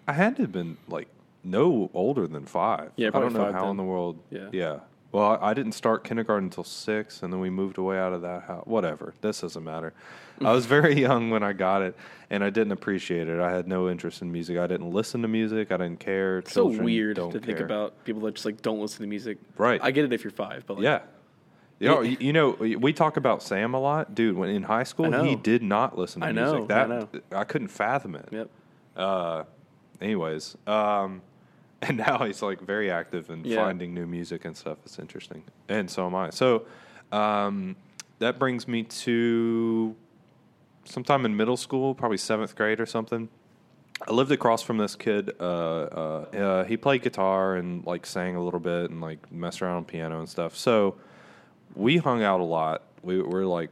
S3: I had to have been like no older than five.
S5: Yeah,
S3: I don't
S5: probably
S3: know
S5: five
S3: how in
S5: then.
S3: the world.
S5: Yeah.
S3: yeah. Well, I, I didn't start kindergarten until six, and then we moved away out of that house. Whatever. This doesn't matter. I was very young when I got it, and I didn't appreciate it. I had no interest in music. I didn't listen to music. I didn't care.
S5: It's so
S3: Children
S5: weird to
S3: don't
S5: think
S3: care.
S5: about people that just like don't listen to music.
S3: Right.
S5: I get it if you're five, but like,
S3: Yeah. You know, you know, we talk about Sam a lot, dude. When in high school,
S5: I
S3: he
S5: know.
S3: did not listen to
S5: I know,
S3: music.
S5: I
S3: That
S5: know.
S3: I couldn't fathom it.
S5: Yep.
S3: anyways, um, and now he's like very active in
S5: Yeah.
S3: finding new music and stuff. It's interesting, and so am I. So um, that brings me to sometime in middle school, probably seventh grade or something. I lived across from this kid. Uh, uh, uh, he played guitar and like sang a little bit and like messed around on piano and stuff. So we hung out a lot. We were like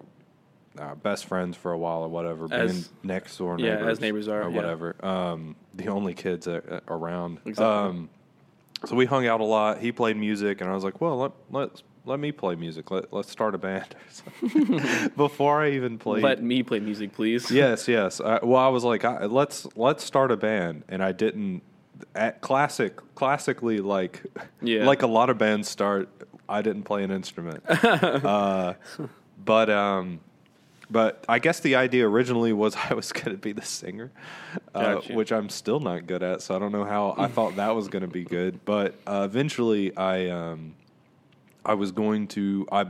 S3: uh, best friends for a while or whatever,
S5: As-
S3: being next door
S5: yeah,
S3: neighbors,
S5: as neighbors are,
S3: or
S5: yeah.
S3: whatever. Um, the only kids a- a- around.
S5: Exactly.
S3: Um, so we hung out a lot. He played music, and I was like, "Well, let let let me play music. Let let's start a band." Before I even played,
S5: Let me play music, please.
S3: yes, yes. I, well, I was like, I, let's let's start a band, and I didn't. At classic, classically, like,
S5: Yeah.
S3: like a lot of bands start. I didn't play an instrument, uh, but um, but I guess the idea originally was I was going to be the singer, uh,
S5: Gotcha.
S3: which I'm still not good at. So I don't know how I thought that was going to be good, but uh, eventually I um, I was going to I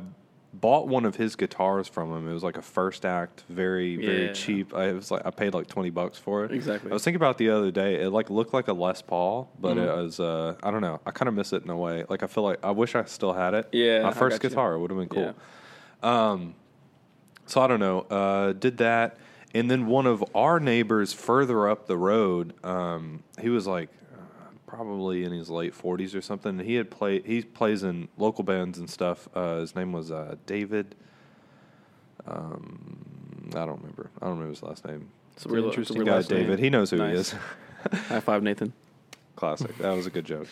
S3: bought one of his guitars from him. It was like a first act, very very
S5: Yeah.
S3: cheap. I it was like I paid like twenty bucks for it.
S5: Exactly.
S3: I was thinking about it the other day. It like looked like a Les Paul, but
S5: Mm-hmm.
S3: it was uh, I don't know. I kind of miss it in a way. Like I feel like I wish I still had it.
S5: Yeah,
S3: my
S5: I
S3: first
S5: got you.
S3: guitar would have been cool. Um,
S5: Yeah.
S3: So I don't know. Uh, did that, and then one of our neighbors further up the road, um, he was like uh, probably in his late forties or something. And he had played. He plays in local bands and stuff. Uh, his name was uh, David. Um, I don't remember. I don't remember his last name.
S5: It's a real, it's a
S6: interesting
S5: real
S3: Guy
S5: last name.
S3: David. He knows who he
S5: Nice.
S3: is.
S5: High five, Nathan.
S3: Classic. That was a good joke.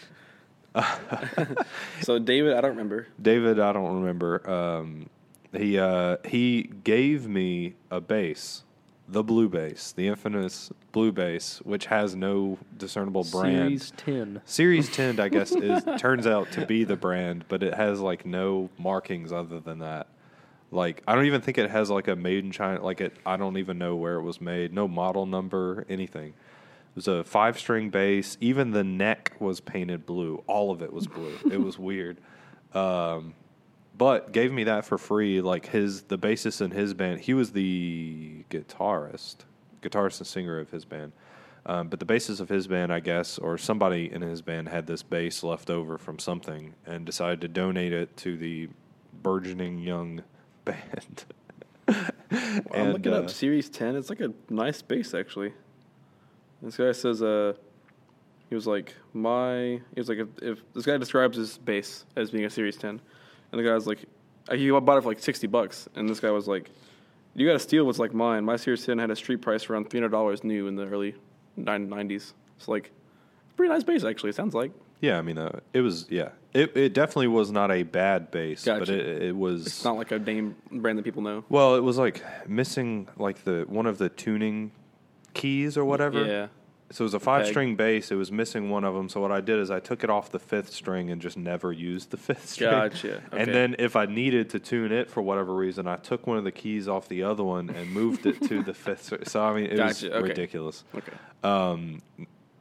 S5: So David, I don't remember.
S3: David, I don't remember. Um, he uh, he gave me a bass, the blue bass, the infamous blue bass, which has no discernible brand.
S6: Series 10.
S3: Series ten, I guess, is turns out to be the brand, but it has like no markings other than that. Like I don't even think it has like a made in China. Like it, I don't even know where it was made. No model number, anything. It was a five string bass. Even the neck was painted blue. All of it was blue. it was weird. Um, but gave me that for free. Like his the bassist in his band, he was the guitarist, guitarist and singer of his band. Um, but the bassist of his band, I guess, or somebody in his band had this bass left over from something and decided to donate it to the burgeoning young band.
S5: I'm looking
S3: uh,
S5: up Series 10. It's like a nice bass, actually. This guy says, uh, he was like, my, he was like, if, if this guy describes his bass as being a Series 10, and the guy's like, uh, he bought it for like 60 bucks, and this guy was like, you got to steal what's like mine. My Series 10 had a street price around $300 new in the early nine- 90s. It's like, pretty nice bass, actually, it sounds like.
S3: Yeah, I mean, uh, it was yeah, it it definitely was not a bad bass, but
S5: Gotcha.
S3: it it was
S5: It's not like a name brand that people know.
S3: well, it was like missing like the one of the tuning keys or whatever.
S5: Yeah.
S3: So it was a five string bass. It was missing one of them. So what I did is I took it off the fifth string and just never used the fifth string.
S5: Gotcha.
S3: And
S5: Okay.
S3: then if I needed to tune it for whatever reason, I took one of the keys off the other one and moved it to the fifth. string. So I mean, it was
S5: Gotcha. Okay.
S3: ridiculous.
S5: Okay.
S3: Um,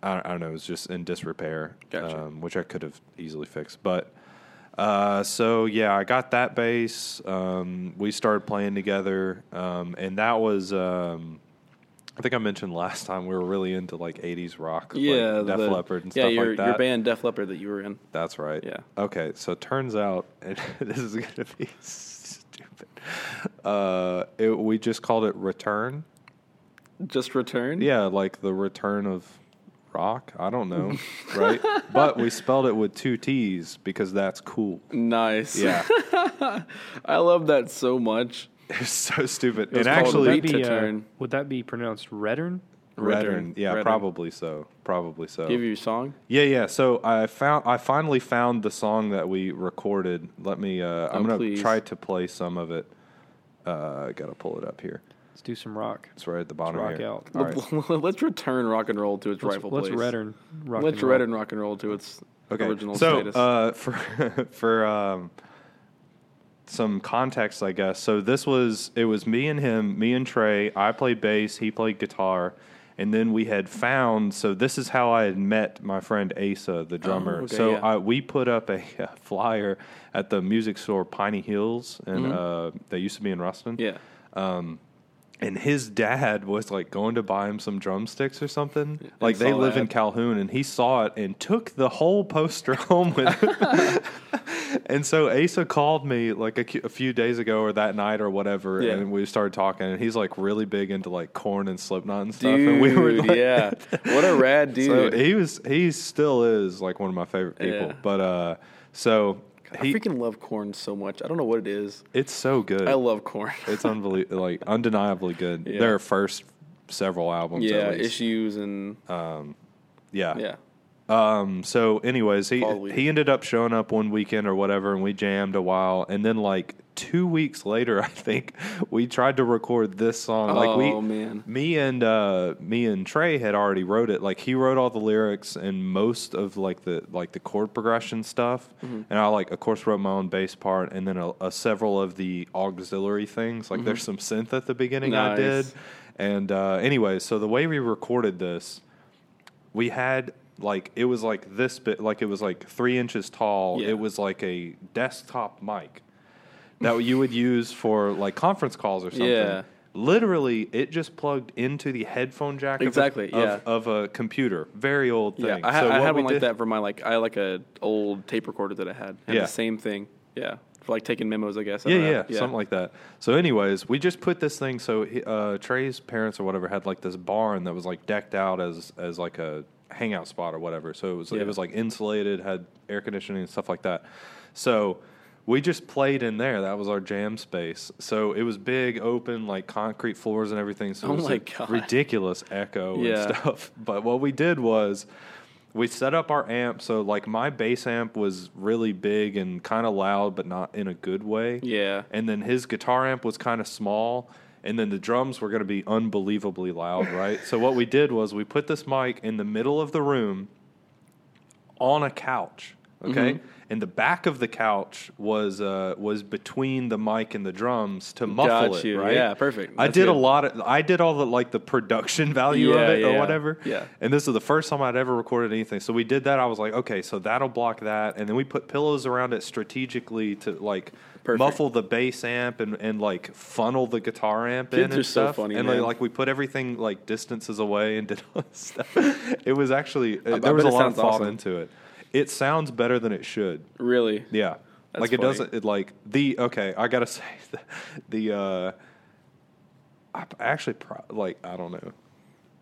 S3: I, I don't know. It was just in disrepair,
S5: Gotcha.
S3: um, which I could have easily fixed. But uh, so yeah, I got that bass. Um, we started playing together, um, and that was. Um, I think I mentioned last time we were really into like '80s rock, like Def
S5: the-
S3: Leppard and
S5: yeah,
S3: stuff
S5: your,
S3: like that.
S5: your band Def Leppard that you were in.
S3: That's right.
S5: Yeah.
S3: Okay. So it turns out, and this is going to be stupid. Uh, it, we just called it Return.
S5: Just returned?
S3: Yeah, like the return of rock. I don't know, right? But we spelled it with two T's because that's cool.
S5: Nice.
S3: Yeah,
S5: I love that so much.
S3: it's so stupid.
S5: was
S3: and
S5: called
S6: Would
S3: actually,
S6: that,
S5: Beat
S6: be,
S5: to
S6: uh,
S5: turn.
S6: would that be pronounced Redern?
S3: Return. Yeah,
S5: Redden.
S3: probably so. Probably so.
S5: Give you a song?
S3: Yeah, yeah. So I found I finally found the song that we recorded. Let me. Uh, I'm
S5: Oh,
S3: gonna
S5: please.
S3: try to play some of it. Uh, I gotta pull it up here.
S6: Let's do some rock.
S3: It's right at the bottom
S6: rock
S3: here.
S6: out.
S3: All right.
S5: Let's return rock and roll to its
S6: Let's,
S5: rightful
S6: let's
S5: place.
S6: Redern. Rock
S5: Let's
S6: and roll.
S5: Redden rock and roll to its
S3: Okay.
S5: original
S3: so
S5: status.
S3: uh, for for um, some context, I guess. So this was it was me and him, me and Trey. I played bass, he played guitar, and then we had found. So this is how I had met my friend Asa, the drummer.
S5: Oh, okay,
S3: so
S5: yeah.
S3: I, we put up a, uh flyer
S5: Mm-hmm.
S3: at the music store Piney Hills, and uh, they used to be in Ruston
S5: yeah.
S3: and his dad was like going to buy him some drumsticks or something. like they
S5: saw
S3: live
S5: that.
S3: in Calhoun, and he saw it and took the whole poster home with him. and so Asa called me like a, cu- a few days ago or that night or whatever,
S5: Yeah.
S3: and we started talking. And he's like really big into like corn and Slipknot and stuff.
S5: Dude,
S3: and we were like,
S5: yeah. What a rad
S3: so
S5: dude.
S3: he was he still is like one of my favorite people.
S5: Yeah.
S3: But uh, so
S5: I
S3: he
S5: freaking love corn so much. I don't know what it is.
S3: it's so good.
S5: I love corn.
S3: It's unbelievable, like undeniably good.
S5: Yeah.
S3: Their first several albums,
S5: yeah,
S3: at least.
S5: issues and
S3: yeah.
S5: yeah.
S3: Um. So, anyways, he
S5: Follow leader.
S3: he ended up showing up one weekend or whatever, and we jammed a while, and then like two weeks later, I think we tried to record this song. like
S5: Oh,
S3: we,
S5: man.
S3: me and uh, me and Trey had already wrote it. Like he wrote all the lyrics and most of like the like the chord progression stuff,
S5: Mm-hmm.
S3: and I like of course wrote my own bass part, and then a, a several of the auxiliary things. Like there's some synth at the beginning I
S5: Mm-hmm. Nice.
S3: did, and uh, anyway, so the way we recorded this we had like it was like this bit like it was like three inches tall
S5: Yeah.
S3: it was like a desktop mic that you would use for like conference calls or something
S5: Yeah.
S3: literally it just plugged into the headphone jack of a-
S5: Exactly,
S3: of,
S5: yeah.
S3: of, a computer very old thing
S5: Yeah, I, ha-
S3: So
S5: I
S3: what
S5: had
S3: we
S5: one like
S3: did-
S5: that for my like I had like a old tape recorder that I had. Had
S3: Yeah.
S5: the same thing. Yeah, for like taking memos, I guess. I
S3: yeah,
S5: don't know.
S3: yeah, something like that. So, anyways, we just put this thing. So, he- uh, Trey's parents or whatever had like this barn that was like decked out as as like a hangout spot or whatever. So it was
S5: Yeah.
S3: it was like insulated, had air conditioning and stuff like that. So we just played in there. That was our jam space. So it was big, open, like concrete floors and everything. So
S5: Oh
S3: it was
S5: my
S3: like
S5: God.
S3: ridiculous echo
S5: Yeah.
S3: and stuff. But what we did was we set up our amp. So like my bass amp was really big and kind of loud, but not in a good way.
S5: Yeah.
S3: And then his guitar amp was kind of small. And then the drums were going to be unbelievably loud, right? so what we did was we put this mic in the middle of the room on a couch. Okay.
S5: Mm-hmm.
S3: And the back of the couch was uh, was between the mic and the drums to muffle
S5: Got
S3: it,
S5: you.
S3: right?
S5: Yeah, perfect.
S3: I
S5: That's
S3: did a
S5: good.
S3: lot of I did all the like the production value of
S5: Yeah,
S3: it or
S5: yeah,
S3: whatever.
S5: yeah.
S3: And this is the first time I'd ever recorded anything. So we did that. I was like, okay, so that'll block that. And then we put pillows around it strategically to like
S5: Perfect.
S3: muffle the bass amp and, and like funnel the guitar amp
S5: Kids
S3: in and
S5: are so
S3: stuff.
S5: funny,
S3: and
S5: man.
S3: like we put everything like distances away and did all this stuff. It was actually
S5: I
S3: there was a
S5: bet it
S3: lot of
S5: sounds
S3: thought
S5: awesome.
S3: into it. It sounds better than it should.
S5: Really.
S3: Yeah.
S5: That's
S3: like it
S5: funny.
S3: doesn't it like the okay, I got to say the, the uh I p- actually pro- like I don't know.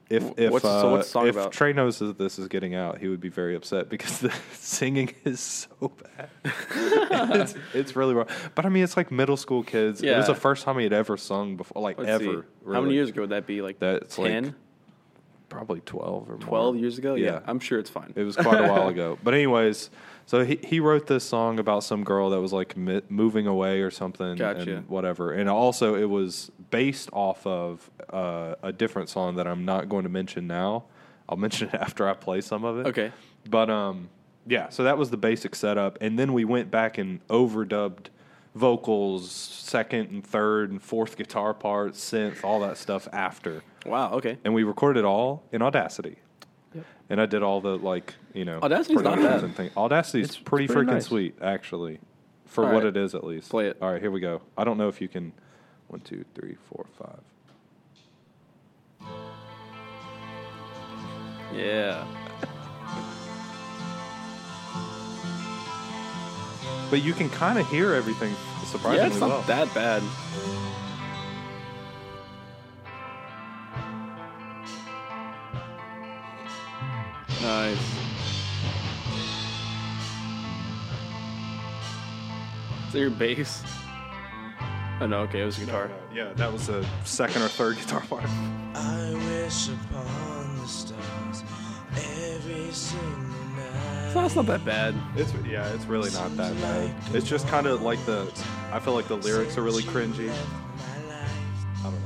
S3: If if
S5: what's-
S3: uh,
S5: so what's the song
S3: if
S5: about?
S3: Trey knows that this is getting out, he would be very upset because the singing is so bad. it's, it's really wrong. But I mean, it's like middle school kids. It was
S5: Yeah.
S3: the first time he had ever sung before, like
S5: Let's
S3: ever.
S5: see. How
S3: really.
S5: many years ago would that be? Like
S3: That's like
S5: 10,
S3: Probably twelve or more.
S5: 12 years ago. Yeah.
S3: Yeah.
S5: I'm sure it's fine.
S3: It was quite a while ago. But anyways, so he he wrote this song about some girl that was like mi- moving away or something
S5: Gotcha.
S3: and whatever. And also it was based off of uh, a different song that I'm not going to mention now. I'll mention it after I play some of it.
S5: Okay.
S3: But um yeah, so that was the basic setup and then we went back and overdubbed vocals, second and third and fourth guitar parts, synth, all that stuff after
S5: wow. Okay.
S3: and we recorded all in Audacity. And I did all the like you know
S5: Audacity's not
S3: productions
S5: bad.
S3: and thing. Audacity's
S6: It's- it's
S3: pretty
S6: pretty
S3: freaking
S6: nice.
S3: sweet actually, for
S5: All
S3: what it
S5: right.
S3: is at least.
S5: Play it.
S3: All right, here we go. I don't know if you can. One, two, three, four, five.
S5: Yeah.
S3: But you can kind of hear everything surprisingly
S5: yeah, it's not
S3: well.
S5: that bad. Nice. Is that your bass? Oh no, okay, it was guitar.
S3: Uh, yeah, that was the second or third guitar part.
S7: I wish upon the stars every single night.
S5: So that's not that bad.
S3: It's yeah, it's really not that bad. It's just kind of like the. I feel like the lyrics are really cringy. I don't know.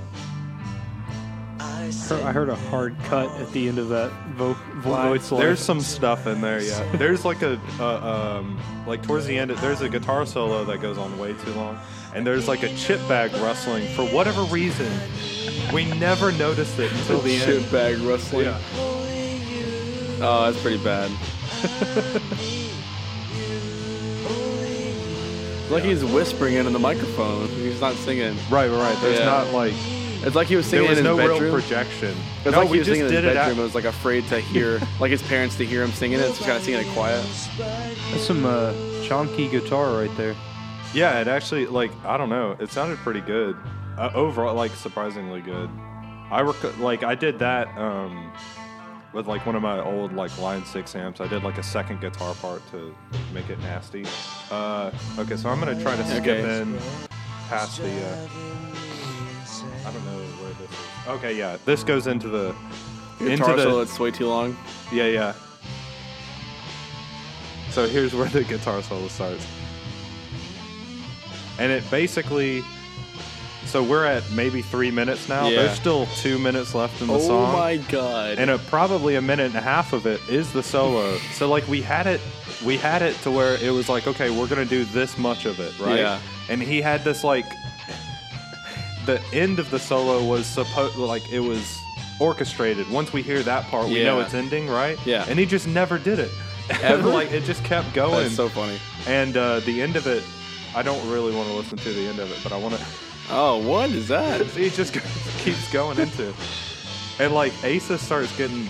S8: I heard a hard cut at the end of that vo- voice.
S3: There's some stuff in there, yeah. There's like a, uh, um, like towards the end, there's a guitar solo that goes on way too long, and there's like a chip bag rustling for whatever reason. We never noticed it until the end.
S5: Shit bag rustling.
S3: Yeah.
S5: Oh, that's pretty bad. It's like he's whispering into the microphone. He's not singing.
S3: Right, right. There's
S5: Yeah.
S3: not like
S5: It's like he was
S3: There
S5: singing
S3: was
S5: in his
S3: no real
S5: bedroom.
S3: projection.
S5: it's
S3: no,
S5: like
S3: we
S5: he was
S3: just
S5: singing in his
S3: did it
S5: bedroom.
S3: out-
S5: and was like afraid to hear, like his parents to hear him singing it. So kind of singing it quiet.
S6: That's some uh, chonky guitar right there.
S3: Yeah, it actually like I don't know. It sounded pretty good uh, overall, like surprisingly good. I rec- like I did that um, with like one of my old like Line Six amps. I did like a second guitar part to make it nasty. Uh, okay, so I'm gonna try to skip
S5: Okay.
S3: in past the. Uh, I don't know where this is. Okay, yeah, this goes into the into
S5: Guitar solo
S3: the
S5: that's way too long.
S3: yeah yeah. So here's where the guitar solo starts. And it basically. So we're at maybe three minutes now.
S5: Yeah.
S3: There's still two minutes left in the
S5: Oh
S3: song.
S5: my god!
S3: And a, probably a minute and a half of it is the solo. so like we had it, we had it to where it was like, okay, we're gonna do this much of it, right?
S5: Yeah.
S3: And he had this like, the end of the solo was supposed like it was orchestrated. Once we hear that part, we know
S5: Yeah.
S3: it's ending, right?
S5: Yeah.
S3: And he just never did it.
S5: Ever?
S3: like it just kept going.
S5: that's so funny.
S3: And uh, the end of it, I don't really want to listen to the end of it, but I want to.
S5: Oh, what is that?
S3: It just keeps going into, it. and like Asa starts getting,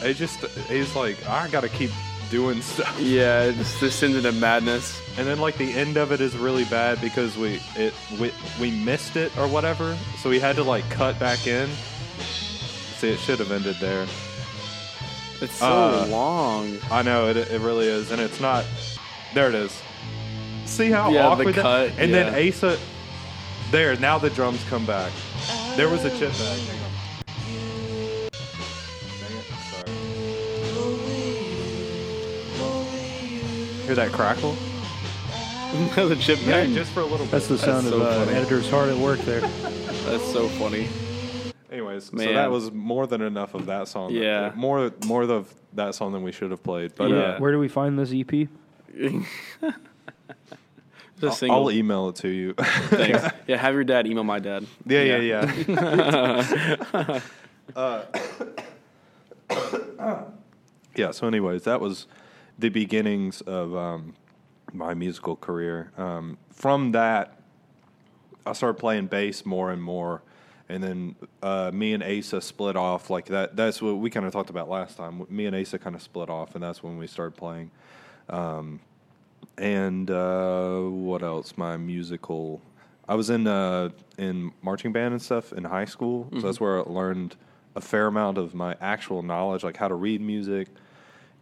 S3: it just he's like, I gotta keep doing stuff.
S5: Yeah, it's this sends into madness.
S3: And then like the end of it is really bad because we it we we missed it or whatever, so we had to like cut back in. See, it should have ended there.
S5: It's so
S3: Uh,
S5: long.
S3: I know it, it really is, and it's not. There it is. See how
S5: Yeah, the
S3: awkward that-
S5: cut,
S3: And
S5: yeah.
S3: then Asa. There now the drums come back. There was a chip back. Hang on. Dang it, sorry. Hear that crackle?
S5: the chip
S3: Yeah,
S5: bang.
S3: just for a little bit.
S8: That's the sound
S5: so
S8: of uh,
S5: funny.
S8: editor's hard at work there.
S6: Uh,
S5: That's so funny.
S3: Anyways, so
S5: Man.
S3: that was more than enough of that song.
S5: Yeah.
S3: more more of that song than we should have played. But
S5: Yeah.
S3: uh,
S6: Where do we find this E EP?
S5: The single.
S3: I'll email it to you.
S5: Thanks. yeah, have your dad email my dad.
S3: Yeah, yeah, yeah. Uh, yeah. So, anyways, that was the beginnings of um, my musical career. Um, from that, I started playing bass more and more, and then uh, me and Asa split off. Like that. That's what we kind of talked about last time. Me and Asa kind of split off, and that's when we started playing. Um, and uh, what else? My musical. I was in uh, in marching band and stuff in high school, so
S5: Mm-hmm.
S3: that's where I learned a fair amount of my actual knowledge, like how to read music,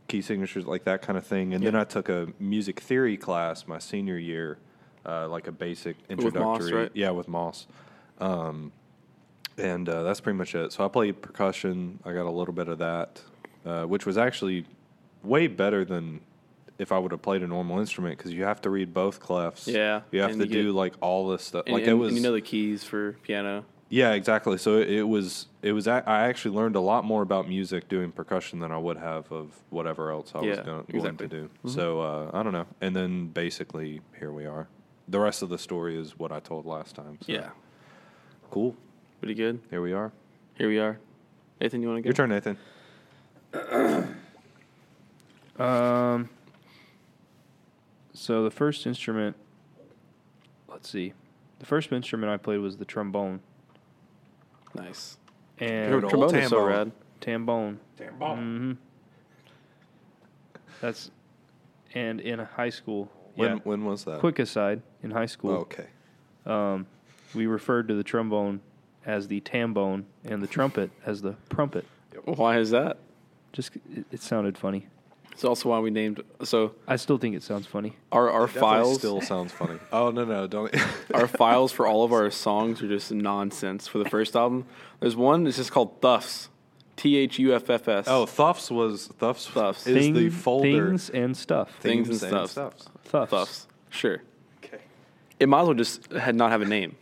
S3: key signatures, like that kind of thing. And then I took a music theory class my senior year, uh, like a basic
S5: With
S3: introductory.
S5: Moss, right?
S3: Yeah, with Moss. Um, and uh, that's pretty much it. So I played percussion. I got a little bit of that, uh, which was actually way better than if I would have played a normal instrument because you have to read both clefs.
S5: Yeah,
S3: you have
S5: and
S3: to
S5: you get-
S3: do like all this stuff.
S5: And,
S3: like
S5: and-
S3: it
S5: and
S3: was
S5: you know the keys for piano.
S3: yeah, exactly. So it, it was it was a- I actually learned a lot more about music doing percussion than I would have of whatever else I was
S5: Yeah,
S3: going
S5: exactly. Mm-hmm.
S3: to do. So uh, I don't know. And then basically here we are. The rest of the story is what I told last time. So.
S5: Yeah,
S3: Cool.
S5: pretty good.
S3: Here we are.
S5: Here we are. Nathan, you want to go?
S3: Your turn, Nathan.
S6: Um, so the first instrument, let's see, the first instrument I played was the trombone
S5: Nice. Your
S6: and
S3: old
S5: trombone is so
S3: tambone.
S5: rad.
S6: tambone. Tambone. That's and in high school.
S3: When
S6: yeah.
S3: when was that?
S6: Quick aside, in high school,
S3: Oh, Okay.
S6: we referred to the trombone as the tambone and the trumpet as the crumpet.
S3: uh,
S5: Why is that?
S6: Just it, it sounded funny.
S5: It's also why we named. So
S6: I still think it sounds funny.
S5: our our
S3: Definitely
S5: files
S3: still sounds funny. Oh no no don't.
S5: our files for all of our songs are just nonsense. For the first album, there's one. It's just called Thuffs. T h u f f s.
S3: oh Thuffs was Thuffs,
S5: Thuffs.
S3: is
S6: Thing-
S3: the folder
S6: Things and stuff.
S5: Things and Stuffs.
S6: Thuffs.
S5: Thuffs. Sure. Okay. It might as well just had not have a name.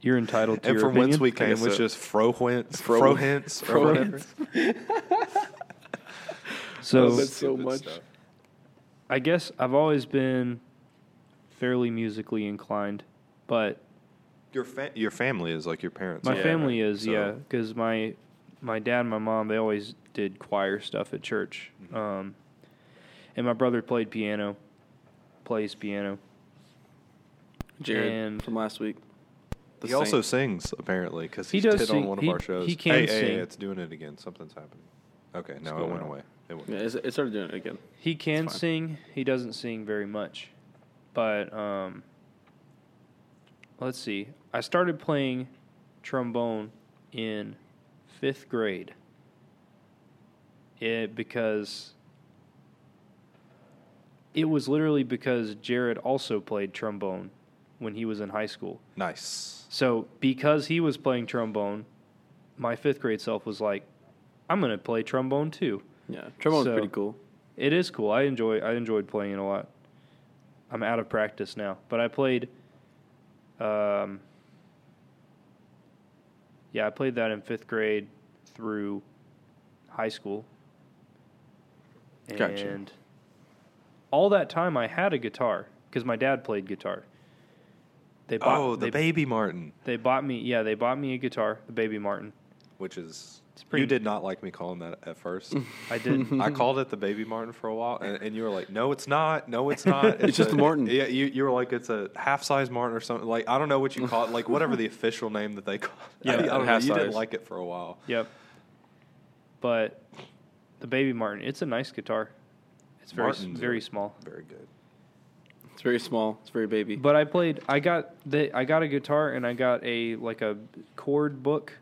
S6: You're entitled to
S3: And
S6: your
S3: from whence
S6: opinion.
S3: we came,
S5: guess
S3: which
S5: so.
S3: is Frohwentz,
S5: Fro-
S3: Frohentz, or whatever.
S6: so
S5: so much.
S6: I guess I've always been fairly musically inclined, but
S3: Your fa- your family is like your parents.
S6: my
S3: are,
S6: family
S3: right?
S6: is
S3: So-
S6: yeah, 'cause yeah, because my my dad and my mom they always did choir stuff at church,
S3: Mm-hmm.
S6: um, and my brother played piano, plays piano,
S5: Jared
S6: And-
S5: from last week.
S2: the
S3: he also
S2: same-
S3: sings apparently because
S6: He
S3: he
S6: does
S3: did on
S6: sing.
S3: one of
S6: He-
S3: our shows.
S6: he can
S3: hey, hey, hey,
S6: sing.
S3: it's doing it again. Something's happening. Okay, no, it
S6: going
S3: went
S6: on?
S3: away. It went.
S2: Yeah, it's- it started doing it again.
S6: He can
S2: fine.
S6: sing. He doesn't sing very much, but um, let's see. I started playing trombone in fifth grade. It because it was literally because Jared also played trombone when he was in high school.
S3: Nice.
S6: So because he was playing trombone, my fifth grade self was like, "I'm gonna play trombone too."
S2: Yeah, trombone's
S6: So-
S2: pretty cool.
S6: It is cool. I enjoy. I enjoyed playing it a lot. I'm out of practice now, but I played. Um, yeah, I played that in fifth grade through high school. And
S2: Gotcha.
S6: all that time, I had a guitar because my dad played guitar. They bought.
S3: oh, the
S6: they,
S3: baby Martin,
S6: they bought me. Yeah, they bought me a guitar, the Baby Martin.
S3: which is
S6: pretty-
S3: you did not like me calling that at first.
S6: I did.
S3: I called it the baby Martin for a while, and, and you were like, "No, it's not. No, it's not. It's,
S2: just a Martin."
S3: Yeah, you, you were like, "It's a half size Martin or something." Like I don't know what you call it, like whatever the official name that they call. It.
S2: Yeah,
S3: I, I don't know.
S2: half
S3: You didn't
S2: size.
S3: like it for a while.
S6: Yep. But the Baby Martin, it's a nice guitar. It's very s
S3: Martins
S6: very
S3: are-
S6: small.
S3: Very good.
S2: It's very small. It's very baby.
S6: But I played. I got the. I got a guitar and I got a like a chord book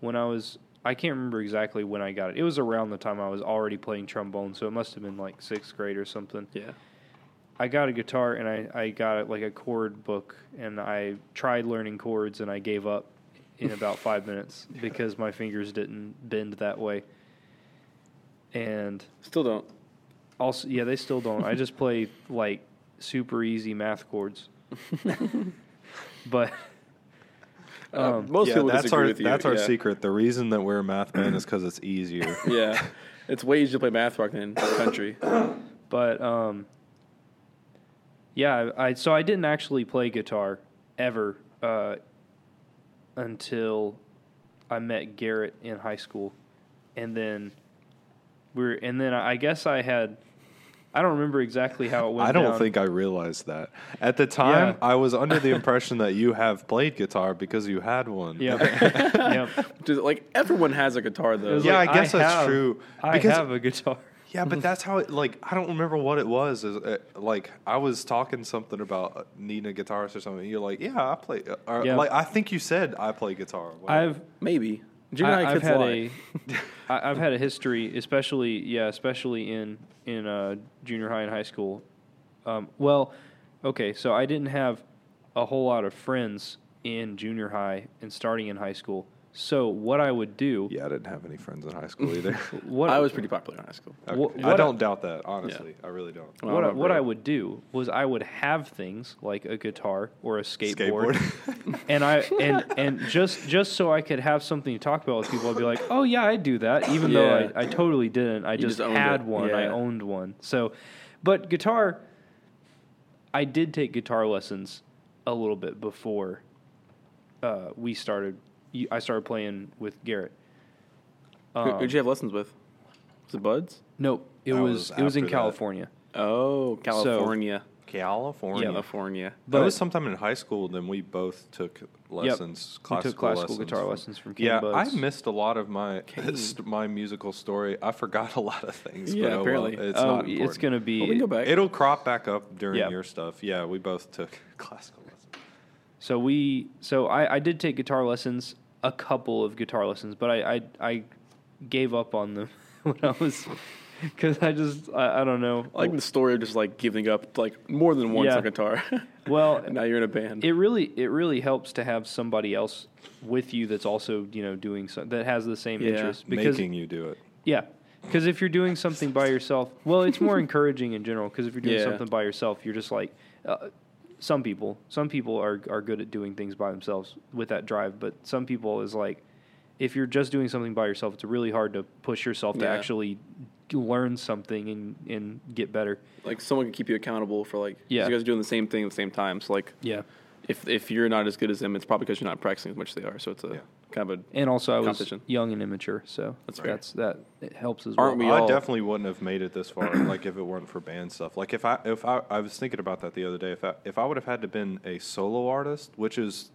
S6: when I was. I can't remember exactly when I got it. It was around the time I was already playing trombone, so it must have been like sixth grade or something.
S2: yeah,
S6: I got a guitar and I, I got like a chord book and I tried learning chords and I gave up in about five minutes because my fingers didn't bend that way. And
S2: still don't.
S6: also, yeah, they still don't. I just play like super easy math chords. but
S2: Uh, most
S3: yeah,
S2: people
S3: that's
S2: disagree
S3: our
S2: with you.
S3: that's our
S2: yeah.
S3: secret. The reason that we're a math man is because it's easier.
S2: Yeah, it's way easier to play math rock than country.
S6: But um, yeah, I, I so I didn't actually play guitar ever uh, until I met Garrett in high school, and then we are and then I guess I had I don't remember exactly how it went.
S3: I don't
S6: down.
S3: think I realized that at the time.
S6: Yeah.
S3: I was under the impression that you have played guitar because you had one.
S6: Yep. yep.
S2: Just, like everyone has a guitar though.
S6: was
S3: Yeah,
S6: like,
S3: I guess
S6: I
S3: that's
S6: have-
S3: true.
S6: I
S3: Because-
S6: have a guitar.
S3: Yeah,
S6: Mm-hmm.
S3: but that's how it like I don't remember what it was. Is uh, like I was talking something about needing a guitarist or something. and you're like, yeah, I play. uh, Or,
S6: Yeah.
S3: Like I think you said I play guitar. Whatever.
S6: I've
S2: Maybe junior high
S6: I, have
S2: kids
S6: had
S2: lie.
S6: a, I, I've had a history, especially yeah, especially in in uh, junior high and high school. Um, well, okay, so I didn't have a whole lot of friends in junior high and starting in high school. So what I would do,
S3: yeah, I didn't have any friends in high school either.
S6: what
S2: I was pretty popular in high school.
S3: Okay.
S6: What-
S3: I
S6: what
S3: don't doubt that. Honestly, I really don't.
S2: Well,
S6: what I,
S2: remember
S6: what
S2: it.
S6: I would do was I would have things like a guitar or a skateboard, and I and and just just so I could have something to talk about with people. I'd be like, oh yeah, I do that, even
S2: Yeah.
S6: though I, I totally didn't. I just,
S2: just owned
S6: had
S2: it.
S6: one. I
S2: Yeah.
S6: owned one. So, but guitar, I did take guitar lessons a little bit before uh, we started. you- I started playing with Garrett.
S2: Who, would you have lessons with? Was it Buds?
S6: No, it
S3: That
S6: was,
S3: was
S6: it was in
S3: after that.
S6: California.
S2: Oh, California,
S3: California.
S2: California.
S3: that was sometime in high school. Then we both took lessons.
S6: We took classical guitar
S3: from-
S6: lessons from King
S3: Yeah,
S6: Buds.
S3: I missed a lot of my st- my musical story. I forgot a lot of things.
S2: Yeah,
S3: but oh well,
S2: apparently.
S3: it's
S6: oh,
S3: not.
S6: it's
S3: important.
S6: gonna
S2: Well, we
S6: be.
S2: can go back.
S3: It'll crop back up during
S6: Yeah.
S3: your stuff. Yeah, we both took classical lessons.
S6: so we. So I, I did take guitar lessons, a couple of guitar lessons, but I I, I gave up on them when I was because I just I, I don't know.
S2: I like the story of just like giving up like more than once
S6: Yeah.
S2: on guitar.
S6: well,
S2: and now you're in a band.
S6: it really it really helps to have somebody else with you that's also you know doing so, that has the same
S2: Yeah.
S6: interest because
S3: Making you do it.
S6: Yeah. Because if you're doing something by yourself, well, it's more encouraging in general. Because if you're doing
S2: Yeah.
S6: something by yourself, you're just like uh, some people. Some people are are good at doing things by themselves with that drive, but some people is like if you're just doing something by yourself, it's really hard to push yourself to
S2: Yeah.
S6: actually learn something and and get better.
S2: like someone can keep you accountable for like 'cause
S6: Yeah.
S2: you guys are doing the same thing at the same time. So like
S6: Yeah.
S2: if if you're not as good as them, it's probably because you're not practicing as much as they are. So it's a
S3: Yeah.
S2: kind of a
S6: And also, I was
S2: Competition.
S6: young and immature, so
S2: That's fair.
S6: that's that it helps as
S2: Aren't
S6: well.
S2: we
S3: I
S2: all-
S3: definitely wouldn't have made it this far, like if it weren't for band stuff. Like if I if I, I was thinking about that the other day. If I if I would have had to been a solo artist, which is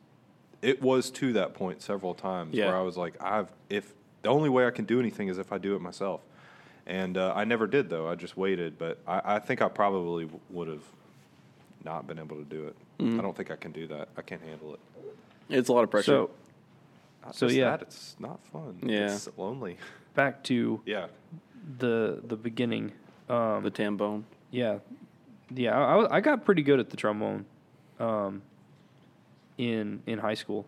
S3: it was to that point several times
S5: Yeah.
S3: where I was like, I've if the only way I can do anything is if I do it myself, and uh, I never did though. I just waited, but I, I think I probably w- would have not been able to do it. I don't think I can do that. I can't handle it.
S5: It's a lot of pressure.
S6: So
S3: Not
S6: So,
S3: just
S6: yeah.
S3: that, it's not fun.
S5: Yeah.
S3: it's lonely.
S6: back to
S3: yeah,
S6: the the beginning. Um,
S5: the tambone.
S6: Yeah, yeah. I, I- I got pretty good at the trombone, um, in in high school.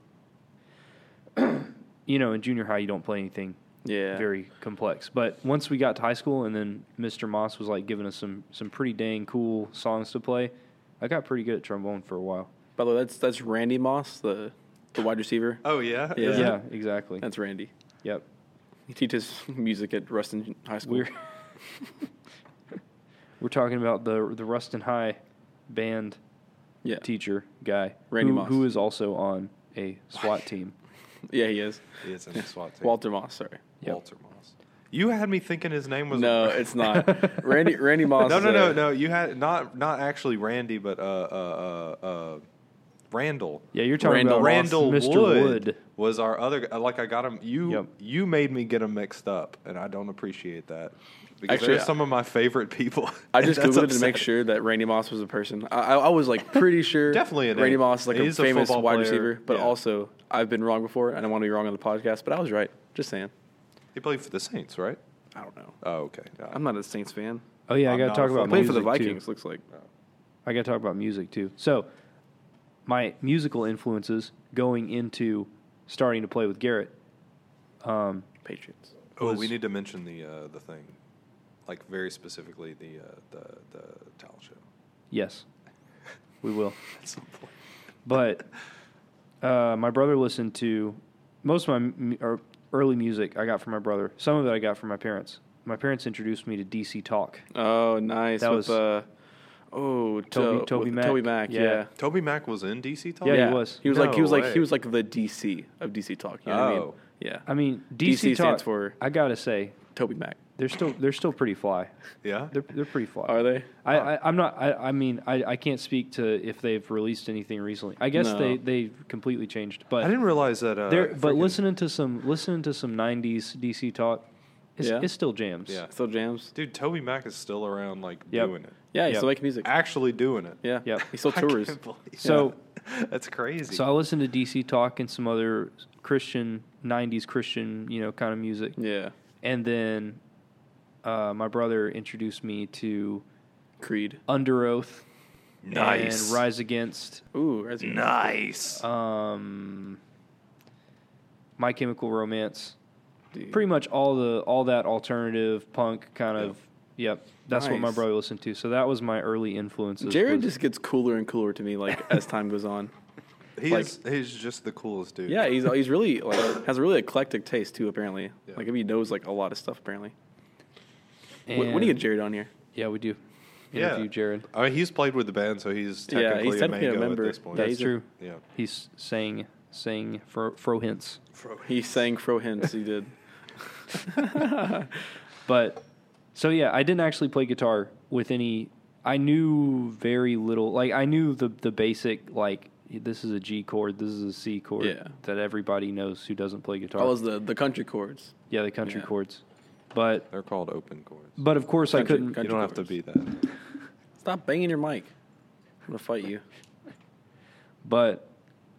S6: you know, in junior high, you don't play anything
S5: Yeah.
S6: very complex. But once we got to high school, and then Mr. Moss was like giving us some some pretty dang cool songs to play. I got pretty good at trombone for a while.
S5: By the way, that's that's Randy Moss, the the wide receiver.
S3: Oh yeah,
S5: Yeah.
S6: Yeah, exactly.
S5: That's Randy.
S6: yep.
S5: He teaches music at Ruston High School.
S6: We're we're talking about the the Rustin High band
S5: yeah.
S6: teacher guy,
S5: Randy
S6: who-
S5: Moss.
S6: who is also on a SWAT team.
S5: yeah, he is.
S3: It's in the SWAT team.
S5: Walter Moss, sorry.
S6: Yep.
S3: Walter Moss. You had me thinking his name was
S5: No, it's not. Randy Randy Moss.
S3: no,
S5: is
S3: no, no,
S5: a-
S3: no. You had not not actually Randy, but uh, uh, uh, uh Randall.
S6: Yeah, you're talking
S5: Randall
S6: about
S3: Randall
S6: Mr.
S3: Wood,
S6: Wood.
S3: was our other. guy. Like I got him. You
S6: Yep.
S3: you made me get him mixed up, and I don't appreciate that because
S5: Actually,
S3: they're some of my favorite people.
S5: I
S3: and
S5: just
S3: that's
S5: googled it to make
S3: upsetting.
S5: sure that Randy Moss was a person. I, I, I was like pretty sure
S3: Definitely a name.
S5: Randy Moss is like
S3: He's
S5: a
S3: a
S5: famous
S3: football
S5: wide
S3: player.
S5: receiver, but
S3: Yeah.
S5: also I've been wrong before. I don't want to be wrong on the podcast, but I was right. Just saying.
S3: He played for the Saints, right?
S5: I don't know.
S3: Oh, okay. No.
S5: I'm not a Saints fan.
S6: Oh yeah, I
S3: I'm
S6: got to
S3: not
S6: talk
S3: a
S6: about
S3: fan.
S5: Playing
S6: music
S5: for the
S6: too.
S5: Vikings looks
S3: Oh.
S5: like
S6: I got to talk about music too. So, my musical influences going into starting to play with Garrett. Um,
S5: Patriots.
S3: oh,
S6: was-
S3: we need to mention the uh, the thing, like very specifically the uh, the the towel show.
S6: yes, we will.
S3: At some point.
S6: But uh, my brother listened to most of my m- or early music. I got from my brother. Some of it I got from my parents. My parents introduced me to DC Talk.
S5: Oh, nice.
S6: That
S5: with,
S6: was-
S5: uh, oh
S6: Toby-
S5: To-
S6: Toby
S5: with
S6: Mac.
S5: Toby Mac.
S6: Yeah.
S5: Yeah.
S3: Toby Mac was in DC Talk.
S6: Yeah, he was.
S5: He was like he
S3: No
S5: was like
S3: way.
S5: he was like the DC of DC talk. You know what I mean?
S3: Oh.
S5: Yeah.
S6: I mean, DC,
S5: DC
S6: Talk
S5: stands for-
S6: I gotta say,
S5: Toby Mac.
S6: they're still they're still pretty fly.
S3: Yeah.
S6: They're they're pretty fly.
S5: Are they?
S6: I, I I'm not. I, I mean, I, I can't speak to if they've released anything recently. I guess
S5: No.
S6: they they completely changed.
S3: I
S6: But
S3: didn't realize that. Uh,
S6: they're, but
S3: freaking-
S6: listening to some listening to some '90s DC talk, it's,
S5: Yeah.
S6: it's still jams.
S3: Yeah.
S5: Still jams.
S3: dude, Toby Mac is still around, like
S6: Yep.
S3: doing it,
S5: Yeah, he's
S6: Yeah.
S5: still making music.
S3: actually doing it.
S5: Yeah.
S6: Yep.
S5: He still
S3: I
S5: tours.
S3: can't believe
S6: So-
S3: that. that's crazy.
S6: So I listened to DC talk and some other Christian '90s Christian, you know, kind of music.
S5: Yeah.
S6: And then uh, my brother introduced me to
S5: Creed.
S6: Under Oath
S3: nice,
S6: and Rise Uh, Against.
S5: Ooh, that's
S3: nice.
S6: um, My Chemical Romance.
S5: Dude.
S6: Pretty much all the all that alternative punk kind of. Yep, that's what my
S5: Nice.
S6: brother listened to. So that was my early influences.
S5: Jared
S6: was-
S5: just gets cooler and cooler to me, like as time goes on.
S3: he
S5: like-
S3: is, he's just the coolest dude.
S5: Yeah, he's he's really like has a really eclectic taste too. Apparently,
S3: Yeah.
S5: like he knows like a lot of stuff. Apparently,
S6: and,
S5: when, when do you get Jared on here?
S6: Yeah, we do.
S3: Yeah.
S6: Interview Jared.
S3: I mean, he's played with the band, so he's
S5: Yeah, he's
S3: technically,
S5: technically a
S3: a mango
S5: member.
S3: at this point.
S5: Yeah,
S6: That's
S5: he's a-
S6: true.
S3: yeah,
S6: He's saying saying fro, fro hints,
S5: He sang Fro Hints. He did.
S6: but so yeah, I didn't actually play guitar with any. I knew very little. Like I knew the the basic like this is a G chord, this is a C chord
S5: Yeah.
S6: that everybody knows who doesn't play guitar.
S5: That was the the country chords.
S6: Yeah, the country
S5: Yeah.
S6: chords. But
S3: they're called open chords.
S6: but of course I
S5: Country-
S6: couldn't.
S5: country
S3: you don't have to
S5: chords.
S3: be that.
S5: Stop banging your mic. I'm gonna fight you.
S6: But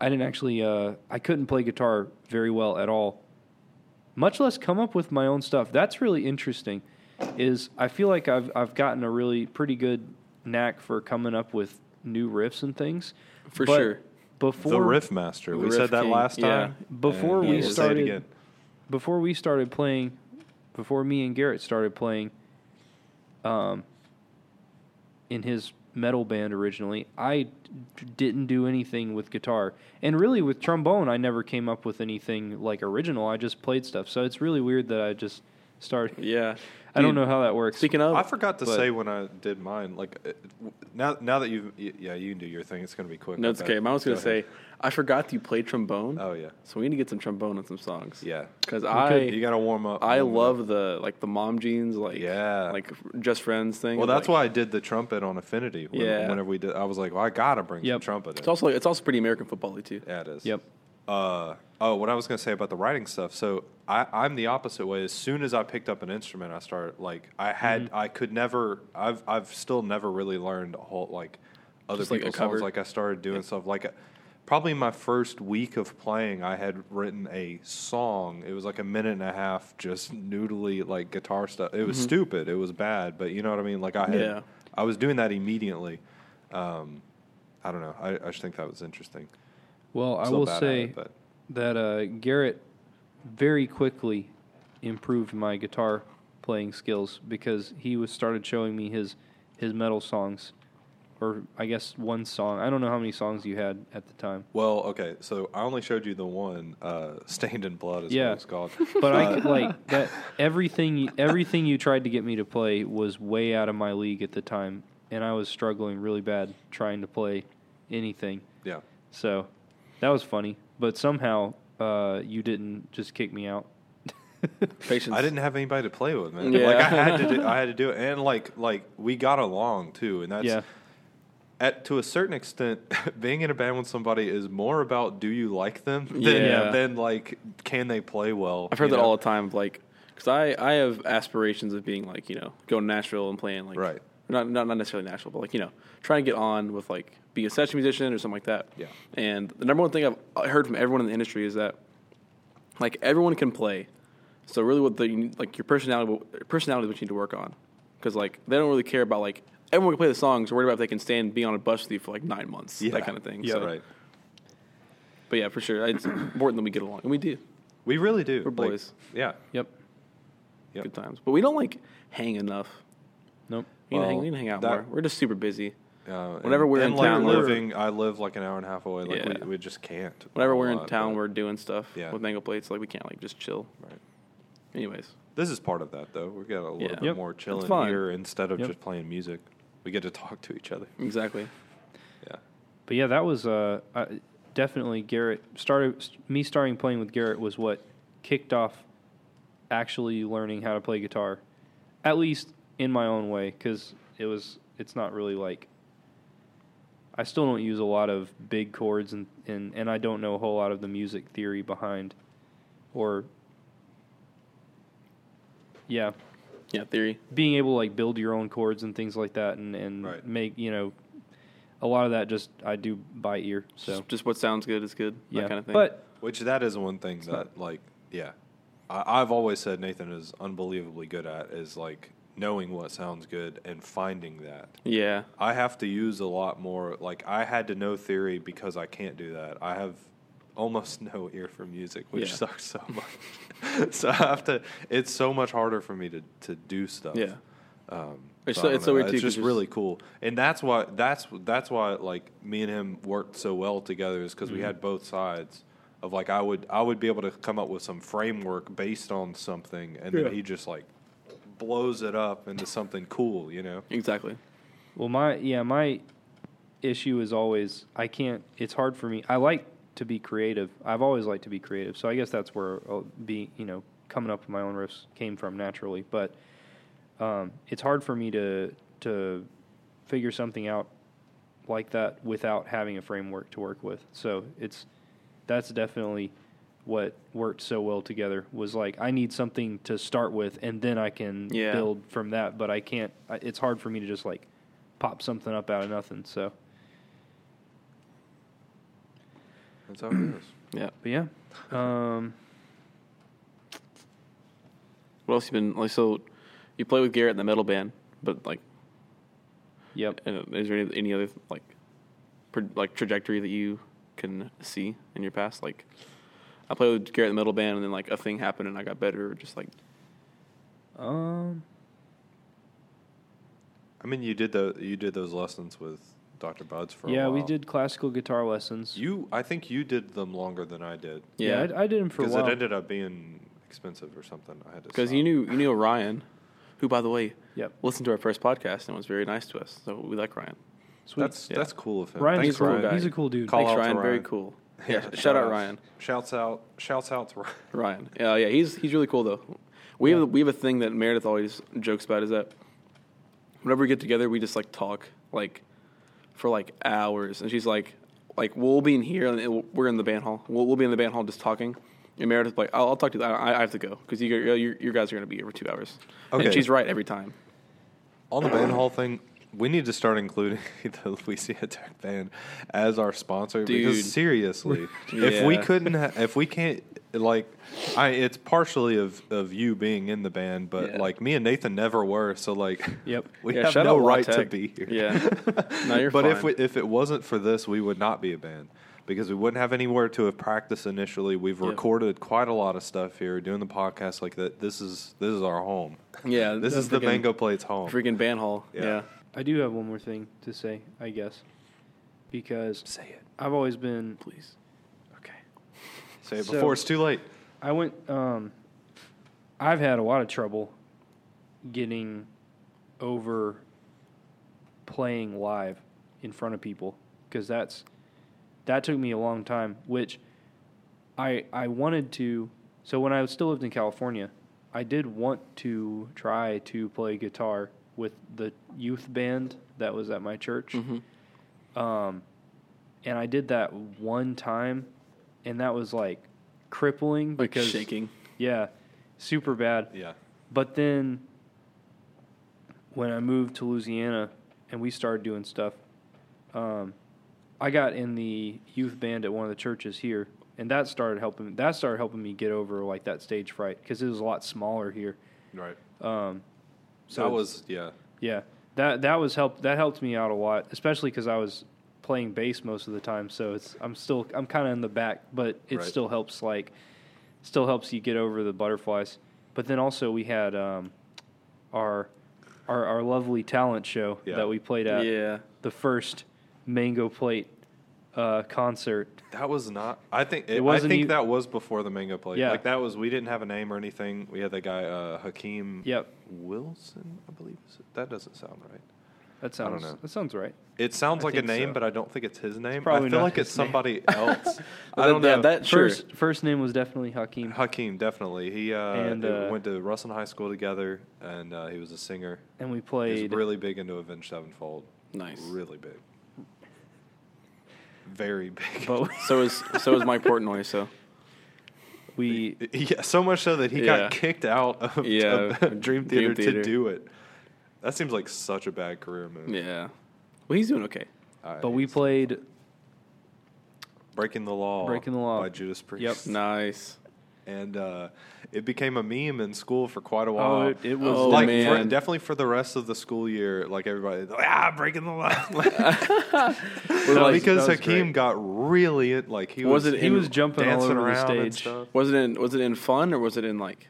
S6: I didn't actually. Uh, I couldn't play guitar very well at all. Much less come up with my own stuff. That's really interesting. Is I feel like I've I've gotten a really pretty good knack for coming up with new riffs and things.
S5: For
S6: But
S5: sure.
S6: Before
S3: the riff master.
S5: The
S3: we
S5: riff
S3: said that
S5: king,
S3: last
S5: yeah.
S3: time.
S6: Before
S3: and
S5: we
S3: we'll say it
S6: started-
S3: again.
S6: before we started playing, before me and Garrett started playing, um, in his metal band originally, I d- didn't do anything with guitar, and really with trombone, I never came up with anything like original. I just played stuff, so it's really weird that I just started.
S5: Yeah.
S6: I don't
S5: Dude,
S6: know how that works.
S5: Speaking of,
S3: I forgot to
S6: but-
S3: say when I did mine. Like it- w- now, now that you've y- yeah, you can do your thing. It's going to be quick.
S5: no, it's okay. Mine was gonna say, I forgot you play trombone.
S3: Oh yeah,
S5: So we need to get some trombone on some songs.
S3: yeah.
S5: Because
S3: you
S5: I
S3: got to warm up.
S5: I
S3: warm up.
S5: love the like the mom jeans like
S3: Yeah.
S5: like just friends thing.
S3: Well,
S5: Like,
S3: that's why I did the trumpet on Affinity. When,
S5: Yeah.
S3: Whenever we did, I was like, well, I gotta bring
S6: Yep.
S3: some trumpet.
S5: It's
S3: In.
S5: also it's also pretty American football too.
S3: Yeah, it is.
S6: yep,
S3: Uh, oh, what I was going to say about the writing stuff. So I, I'm the opposite way. As soon as I picked up an instrument, I started like I had
S5: Mm-hmm.
S3: I could never. I've I've still never really learned a whole like other
S5: Just, like, a
S3: people's
S5: cover.
S3: songs. Like I started doing stuff like. uh, Probably my first week of playing, I had written a song. It was like a minute and a half, just noodly like guitar stuff. It was stupid. It was bad, but you know what I mean. Like I had,
S5: Mm-hmm. Yeah.
S3: I was doing that immediately. Um, I don't know. I, I just think that was interesting.
S6: Well, I
S3: Still
S6: will
S3: bad at
S6: say
S3: it, but
S6: that uh, Garrett very quickly improved my guitar playing skills because he was started showing me his his metal songs, or I guess one song. I don't know how many songs you had at the time,
S3: well, okay. So I only showed you the one uh, stained in blood. Is
S6: Yeah.
S3: what it's called.
S6: but I could, like that everything everything you tried to get me to play was way out of my league at the time, and I was struggling really bad trying to play anything.
S3: yeah.
S6: So that was funny, but somehow uh, you didn't just kick me out.
S5: Patience.
S3: I didn't have anybody to play with, man.
S5: Yeah.
S3: Like I had to, do, I had to do it, and like like we got along too, and that's
S6: yeah,
S3: at to a certain extent, being in a band with somebody is more about do you like them than
S5: Yeah.
S3: than like can they play well.
S5: I've heard
S3: you
S5: that
S3: know?
S5: all the time. of, Like, because I, I have aspirations of being like you know going to Nashville and playing like
S3: Right.
S5: Not not not necessarily Nashville, but like you know trying to get on with like being a session musician or something like that.
S3: Yeah.
S5: And the number one thing I've uh, heard from everyone in the industry is that like everyone can play. So really, what the like your personality personality is what you need to work on, because like they don't really care about like everyone can play the songs. Worried about if they can stand and be on a bus with you for like nine months,
S3: Yeah.
S5: that kind of thing.
S3: Yeah,
S5: So-
S3: right.
S5: But yeah, for sure, it's important that we get along, and we do.
S3: We really do.
S5: We're
S3: Like,
S5: boys.
S3: yeah.
S6: yep,
S3: Yep.
S5: good times. But we don't like hang enough.
S6: nope.
S5: We need to hang,
S3: Well,
S5: we need to hang out
S3: that-
S5: more. We're just super busy.
S3: Uh, and-
S5: Whenever we're
S3: and,
S5: in
S3: like,
S5: town, we're-
S3: living, I live like an hour and a half away. Like
S5: Yeah.
S3: we, we just can't.
S5: Whenever
S3: a
S5: we're in
S3: lot,
S5: town,
S3: but-
S5: we're doing stuff
S3: Yeah.
S5: with mango plates. Like we can't like just chill.
S3: Right.
S5: Anyways,
S3: This is part of that, though. We get a little
S5: Yeah.
S3: bit
S5: Yep.
S3: more chilling
S5: fine.
S3: here instead of
S6: Yep.
S3: just playing music. We get to talk to each other.
S5: exactly.
S3: Yeah,
S6: But yeah, that was uh, uh, definitely Garrett started me starting playing with Garrett was what kicked off actually learning how to play guitar, at least in my own way, because it was it's not really like I still don't use a lot of big chords and, and and I don't know a whole lot of the music theory behind, or yeah,
S5: Yeah, theory.
S6: being able to like build your own chords and things like that and and
S3: Right.
S6: make you know a lot of that just I do by ear so
S5: Just, just what sounds good is good.
S6: yeah
S5: That kind of thing.
S6: but
S3: which that is one thing that like yeah, I, I've always said Nathan is unbelievably good at is like knowing what sounds good and finding that.
S5: yeah,
S3: I have to use a lot more. Like I had to know theory because I can't do that. I have almost no ear for music, which
S5: Yeah.
S3: sucks so much. so I have to. It's so much harder for me to to do stuff.
S5: yeah. it's
S3: um, I
S5: so,
S3: don't
S5: it's so
S3: know.
S5: weird too.
S3: uh, It's
S5: 'cause
S3: just really cool, and that's why that's that's why like me and him worked so well together is because we had both sides of like I would I would be able to come up with some framework based on something, and then he just like blows it up into something cool, you know?
S5: exactly.
S6: well my yeah my issue is always I can't it's hard for me I like to be creative I've always liked to be creative so I guess that's where I'll be you know coming up with my own riffs came from naturally but um, it's hard for me to to figure something out like that without having a framework to work with. So it's that's definitely what worked so well together was like I need something to start with and then I can
S5: Yeah.
S6: build from that, but I can't I- it's hard for me to just like pop something up out of nothing. So,
S3: That's how it is.
S5: Yeah.
S6: but yeah. Um
S5: What else you been like? So you play with Garrett in the metal band, but like,
S6: yep.
S5: and uh, is there any, any other like, pr like trajectory that you can see in your past? Like, I played with Garrett in the metal band, and then like a thing happened, and I got better, or just like
S6: Um
S3: I mean, you did the you did those lessons with Dr. Buds for a
S6: yeah, we
S3: while.
S6: did classical guitar lessons.
S3: You, I think you did them longer than I did
S6: yeah, I, I did them for a
S3: because
S6: while.
S3: it ended up being expensive or something. I had to
S5: Because
S3: stop.
S5: you knew you knew Ryan, who by the way
S6: Yep.
S5: listened to our first podcast and was very nice to us. So we like Ryan.
S6: Sweet.
S3: that's
S5: Yeah.
S3: that's cool of him.
S6: Ryan's
S3: Thanks,
S6: a cool
S3: Ryan.
S6: guy. He's a cool dude.
S3: Call
S5: Thanks,
S3: out to
S5: Ryan. Very
S3: Ryan.
S5: cool. Yeah. shout, out
S3: outs.
S5: Ryan.
S3: Shouts out. Shouts out to Ryan.
S5: Ryan. Yeah, yeah. He's he's really cool though. We have we have a thing that Meredith always jokes about is that whenever we get together, we just like talk like for like hours, and she's like. Like we'll be in here and it, we're in the band hall. We'll, we'll be in the band hall just talking. And Meredith's like, I'll, I'll talk to you. I, I have to go because you, you, you guys are going to be here for two hours.
S3: Okay.
S5: And she's right every time.
S3: On the band hall thing, we need to start including the Louisiana Tech band as our sponsor
S5: Dude.
S3: because seriously, if we
S5: Yeah.
S3: couldn't, ha- if we can't, like, I it's partially of of you being in the band, but
S5: Yeah.
S3: like me and Nathan never were, so like,
S6: Yep.
S3: we
S5: Yeah,
S3: have
S5: shout
S3: no
S5: out La
S3: right to
S5: Tech.
S3: be here.
S5: Yeah. No, you're
S3: but
S5: fine.
S3: if we, if it wasn't for this, we would not be a band because we wouldn't have anywhere to have practiced initially. We've recorded quite a lot of stuff here, doing the podcast like that. This is this is our home.
S5: yeah,
S3: This is the
S5: freaking-
S3: Mango Plates home.
S5: freaking band hall.
S3: Yeah.
S5: Yeah.
S6: I do have one more thing to say, I guess, because say it. I've always been
S5: please.
S6: okay.
S3: Say it
S6: So-
S3: before it's too late.
S6: I went. Um, I've had a lot of trouble getting over playing live in front of people because that's that took me a long time. Which I I wanted to. So when I still lived in California, I did want to try to play guitar with the youth band that was at my church. Um, and I did that one time, and that was like crippling
S5: Like
S6: because
S5: shaking.
S6: yeah, super bad.
S3: Yeah.
S6: But then when I moved to Louisiana and we started doing stuff, um, I got in the youth band at one of the churches here, and that started helping. That started helping me get over like that stage fright because it was a lot smaller here.
S3: Right.
S6: Um,
S3: So
S6: so
S3: I was yeah.
S6: yeah, that that was help. That helped me out a lot, especially because I was playing bass most of the time. So it's I'm still I'm kind of in the back, but it
S3: Right.
S6: still helps. Like, still helps you get over the butterflies. But then also we had um, our, our our lovely talent show
S3: Yeah.
S6: that we played
S5: Yeah.
S6: at the first Mango Plate uh, concert.
S3: That was not. I think it, I
S6: wasn't
S3: think
S6: e-
S3: that was before the Mango Plate.
S6: Yeah.
S3: Like that was. We didn't have a name or anything. We had that guy uh, Hakeem.
S6: Yep.
S3: Wilson, I believe. is it? That doesn't sound right.
S6: That
S3: I don't
S6: sounds
S3: know.
S6: that sounds right.
S3: It sounds
S6: I
S3: like a
S6: think
S3: name,
S6: so.
S3: but I don't think it's his name.
S6: probably
S3: I feel
S6: not
S3: like
S6: his
S3: it's
S6: name.
S3: somebody else. I
S5: That-
S3: don't know.
S5: yeah, that- Sure.
S6: First first name was definitely Hakeem.
S3: Hakeem definitely. He uh,
S6: And,
S3: they
S6: uh,
S3: went to Ruston High School together, and uh, he was a singer.
S6: and we
S3: He was
S6: played
S3: really big into Avenged Sevenfold.
S5: Nice.
S3: Really big. Very big.
S6: but
S5: So is so is Mike Portnoy. So
S6: we
S3: Yeah, so much so that he
S5: Yeah.
S3: got kicked out of,
S5: Yeah,
S3: of Dream
S5: Dream
S3: Theater to
S5: Theater.
S3: do it. That seems like such a bad career move.
S5: yeah. Well, he's doing okay.
S3: I-
S6: but we played
S3: breaking the law,
S6: Breaking the Law.
S3: by Judas Priest.
S5: Nice.
S3: and uh, it became a meme in school for quite a while.
S6: Oh, it, it was
S5: Oh,
S3: like For,
S5: man.
S3: definitely for the rest of the school year, like everybody, ah, breaking the law,
S5: Well, like,
S3: because
S6: that was
S3: Hakeem
S6: great.
S3: got really in, like he was,
S5: Was it
S6: he
S5: in-
S6: was jumping all
S3: dancing
S6: over the
S3: around and
S6: stage.
S3: stuff.
S5: was it in was it in fun or was it in like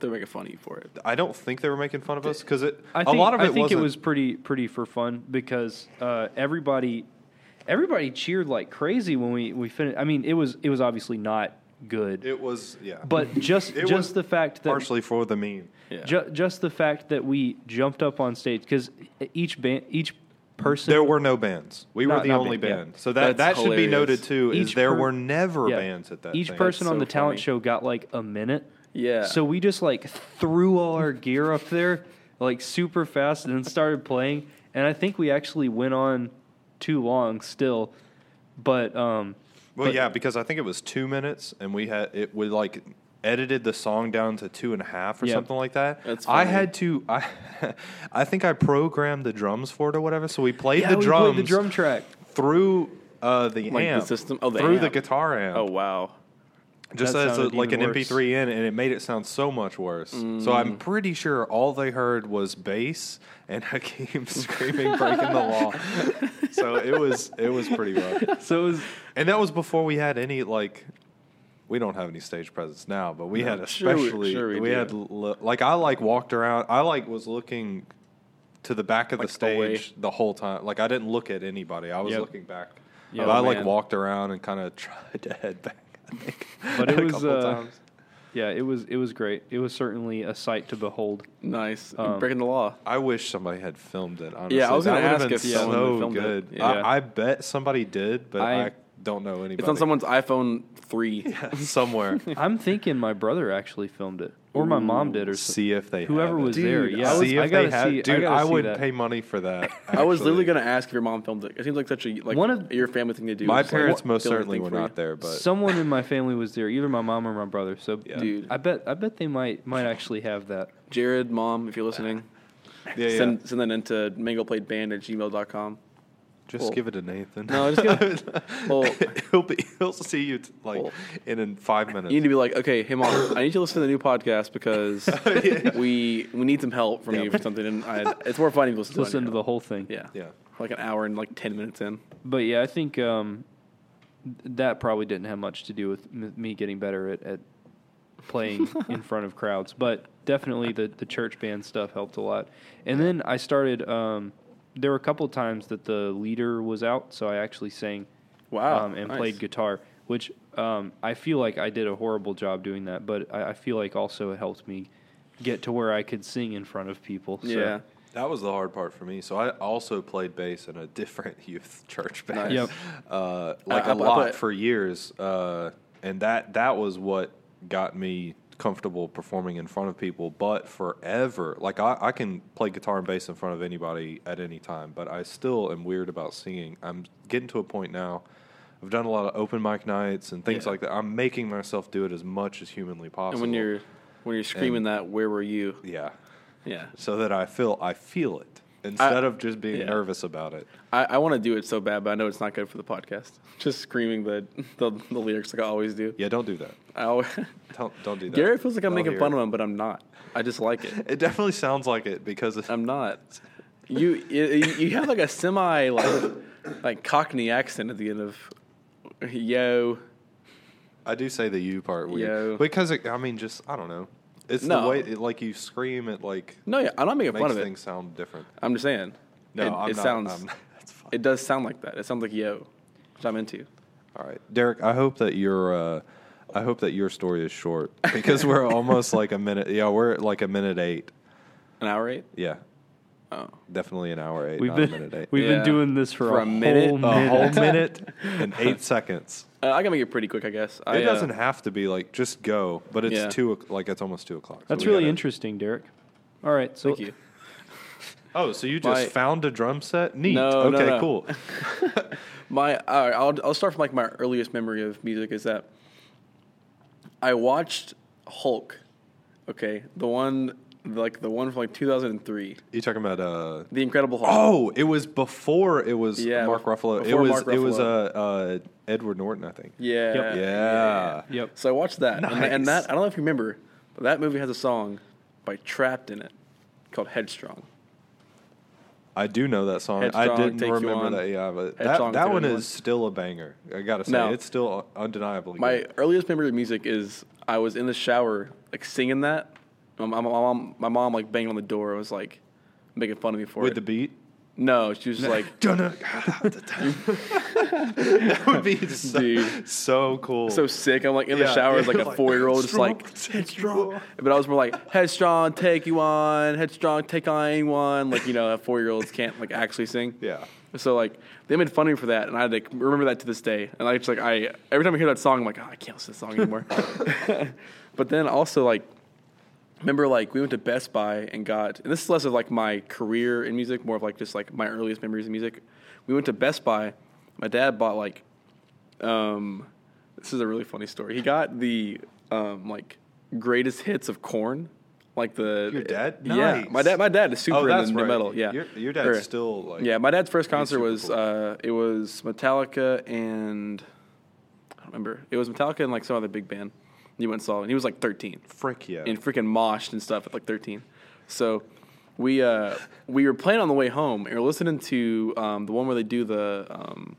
S5: they're making fun of you for it?
S3: I don't think they were making fun of us because it.
S6: I think,
S3: a lot of
S6: I
S3: it
S6: think
S3: wasn't,
S6: it was pretty pretty for fun because uh, everybody everybody cheered like crazy when we we finished. I mean, it was it was obviously not good,
S3: It was yeah,
S6: but just
S3: It was
S6: just the fact that
S3: partially for the meme.
S5: Yeah.
S6: ju- just the fact that we jumped up on stage because each band each person
S3: There were no bands. We were
S6: Not-
S3: the
S6: not
S3: only
S6: band, yeah.
S3: band. So that, that
S5: That's
S3: should be
S5: hilarious.
S3: noted too. Is
S6: Each
S3: there
S6: per-
S3: were never
S6: yeah,
S3: bands at that.
S6: each
S3: thing.
S6: person on
S5: so
S6: the talent
S5: funny.
S6: show got like a minute.
S5: Yeah.
S6: So we just like threw all our gear up there like super fast and then started playing. And I think we actually went on too long still. But um
S3: Well,
S6: but-
S3: yeah, because I think it was two minutes, and we had it. We like edited the song down to two and a half or
S6: Yeah.
S3: something like that.
S5: That's
S3: I
S5: funny.
S3: had to. I, I think I programmed the drums for it or whatever. So we played
S6: yeah,
S3: the
S6: we
S3: drums
S6: played the drum track.
S3: through uh, the
S5: Like the
S3: amp
S5: system- oh, the
S3: through the
S5: amp.
S3: guitar amp.
S5: Oh wow.
S3: just
S6: That
S3: as a,
S6: sounded
S3: like an
S6: even Mm.
S3: MP3 in, and it made it sound so much worse. So I'm pretty sure all they heard was bass and Hakeem screaming, breaking the law. So it was it was pretty rough.
S6: So it was
S3: And that was before we had any like. We don't have any stage presence now, but we had
S5: sure we-
S3: especially
S5: sure
S3: we,
S5: we
S3: had
S5: do.
S3: l- like I like walked around. I like was looking to the back of
S5: Like,
S3: the
S5: away.
S3: stage the whole time. Like I didn't look at anybody. I was
S6: Yep.
S3: looking back.
S6: Yeah.
S3: but I
S5: Oh,
S3: like
S5: man.
S3: walked around and kind of tried to head back. I think,
S6: But it
S3: a
S6: was,
S3: couple
S6: uh,
S3: times.
S6: yeah, it was it was great. It was certainly a sight to behold.
S5: Nice.
S6: Um,
S5: breaking the law.
S3: I wish somebody had filmed it. Honestly,
S5: Yeah, I was
S3: That
S5: gonna
S3: would've
S5: ask
S3: been
S5: if
S3: so
S5: someone had filmed
S3: good.
S5: it.
S6: Yeah.
S3: I, I bet somebody did, but I,
S6: I-
S3: don't know anybody.
S5: It's on someone's iPhone three.
S3: somewhere.
S6: I'm thinking my brother actually filmed it. or my mom did, or so-
S3: see if they
S6: whoever
S3: have it.
S6: was there.
S5: Dude,
S6: Yeah,
S5: I
S3: see
S6: I
S3: if
S6: gotta
S3: they have.
S6: see.
S3: Dude,
S6: I,
S3: I,
S6: gotta see
S3: would
S6: that.
S3: pay money for that.
S5: I was literally
S3: actually.
S5: gonna ask if your mom filmed it. It seems like such a like
S6: One of-
S5: your family thing to do.
S3: My
S5: It's like,
S3: parents
S5: what-
S3: most
S5: build a
S3: certainly
S5: thing
S3: were
S5: for you.
S3: not there, but
S6: Someone in my family was there, either my mom or my brother. So,
S3: Yeah.
S5: Dude.
S6: I bet I bet they might might actually have that.
S5: Jared, mom, if you're listening,
S3: yeah, yeah.
S5: send send that into mangleplateband at gmail.com.
S3: just
S5: well-
S3: give it to Nathan.
S5: No, just give Well,
S3: he'll be he'll see you t- like
S5: Well-
S3: in, in five minutes.
S5: you need to be like, okay, hey mom, I need you to listen to the new podcast because
S3: Oh,
S5: we we need some help from you for something, and I, it's more fun if you listen,
S6: Listen to
S5: to it
S6: the whole thing.
S5: on your own. yeah,
S3: yeah.
S5: like an hour and like ten minutes in.
S6: But yeah, I think um, th- that probably didn't have much to do with m- me getting better at, at playing in front of crowds. But definitely the, the church band stuff helped a lot. And then I started, um, there were a couple of times that the leader was out, so I actually sang
S5: Wow,
S6: um, and
S5: nice.
S6: played guitar, which um, I feel like I did a horrible job doing that, but I, I feel like also it helped me get to where I could sing in front of people. So.
S5: Yeah,
S3: That was the hard part for me. So I also played bass in a different youth church band,
S6: Nice.
S3: uh, like
S5: I- I
S3: a lot
S5: play-
S3: for years, uh, and that that was what got me comfortable performing in front of people. But forever, like I, I can play guitar and bass in front of anybody at any time, but I still am weird about singing. I'm getting to a point now. I've done a lot of open mic nights and things
S5: Yeah.
S3: like that. I'm making myself do it as much as humanly
S5: and
S3: possible.
S5: when you're when you're screaming that, where were you?
S3: yeah,
S5: Yeah,
S3: so that I feel I feel it instead of just being
S5: yeah.
S3: nervous about it.
S5: I, I want to do it so bad, but I know it's not good for the podcast. Just screaming the the, the lyrics like I always do.
S3: Yeah, don't do that.
S5: I always,
S3: Don't don't do that.
S5: Garrett feels like I'm
S3: They'll
S5: making
S3: hear
S5: fun
S3: it.
S5: of him, but I'm not. I just like it.
S3: It definitely sounds like it because it,
S5: I'm not. You you, you have like a semi like like Cockney accent at the end of yo.
S3: I do say the "you" part weird
S5: Yo.
S3: because it, I mean, just I don't know. It's the
S5: No.
S3: way it, like you scream it like
S5: No, yeah, I'm not making fun
S3: makes
S5: of it.
S3: things sound different.
S5: I'm just saying.
S3: No,
S5: it,
S3: I'm
S5: it
S3: not,
S5: sounds
S3: I'm, that's fine.
S5: it does sound like that. It sounds like yo, which I'm into.
S3: All right, Derek. I hope that your uh, I hope that your story is short because we're almost like a minute. Yeah, we're at like a minute eight.
S5: An hour eight.
S3: Yeah,
S5: Oh,
S3: definitely an hour 8
S6: We've
S3: not a
S6: been
S3: minute eh? eight.
S6: we've
S5: Yeah.
S6: been doing this for,
S5: For
S6: a,
S5: a minute?
S6: whole
S5: A
S3: a
S6: minute.
S3: whole minute and eight seconds.
S5: uh, I can make it pretty quick, I guess. I,
S3: It
S5: uh,
S3: doesn't have to be like just go, but it's
S5: Yeah.
S3: two o- like it's almost two o'clock. so
S6: That's
S3: we
S6: really
S3: gotta-
S6: interesting, Derek. All right, so
S5: thank you.
S3: Oh, so you just
S5: My-
S3: found a drum set? Neat.
S5: No, no,
S3: okay,
S5: no.
S3: cool.
S5: My, all right, I'll, I'll start from like my earliest memory of music is that I watched Hulk. Okay, the one like the one from like 2003,
S3: You talking about uh
S5: The Incredible Hulk.
S3: Oh, it was before it was
S5: Yeah,
S3: Mark
S5: bef-
S3: Ruffalo. It
S5: before
S3: was
S5: Mark
S3: it was
S5: Ruffalo.
S3: uh, uh Edward Norton, I think.
S5: yeah,
S3: Yeah.
S6: yep.
S5: So I watched that, and, tha- and
S3: Nice.
S5: that I don't know if you remember, but that movie has a song by Trapped in it called Headstrong.
S3: I do know that song. I
S5: Headstrong,
S3: didn't
S5: Take You
S3: remember
S5: On.
S3: that. Yeah, but
S5: Headstrong,
S3: that, that
S5: Take
S3: one
S5: You On.
S3: is still a banger. I gotta say,
S5: No.
S3: it's still undeniably.
S5: My
S3: good.
S5: earliest memory of music is I was in the shower like singing that. My, my mom, my mom like banged on the door. was like making fun of me for
S3: with
S5: it.
S3: the beat.
S5: no, she was just like.
S3: that would be so,
S5: Dude.
S3: so cool.
S5: so sick. I'm like in
S3: Yeah,
S5: the shower as like
S3: yeah,
S5: a four year old, just like
S3: headstrong.
S5: But I was more like headstrong, take you on, headstrong, take on anyone. Like you know, four year olds can't like actually sing.
S3: Yeah.
S5: So like they made fun of me for that, and I like remember that to this day. And I just like I every time I hear that song, I'm like, oh, I can't listen to this song anymore. but then also like remember like we went to Best Buy and got and this is less of like my career in music, more of like just like my earliest memories of music. We went to Best Buy. My dad bought like um this is a really funny story. He got the um like greatest hits of corn. Like the
S3: Your dad?
S5: Yeah. My
S3: Nice.
S5: dad my dad is super
S3: Oh, that's
S5: in the
S3: right.
S5: metal. Yeah.
S3: Your- your dad's
S5: Or-
S3: still, like-
S5: Yeah, my dad's first concert
S3: super
S5: was
S3: cool.
S5: uh it was Metallica and I don't remember. It was Metallica and like some other big band. He went and saw and he was like thirteen
S3: Frick yeah.
S5: and freaking moshed and stuff at like 13. So we uh, we were playing on the way home and we were listening to um, the one where they do the um,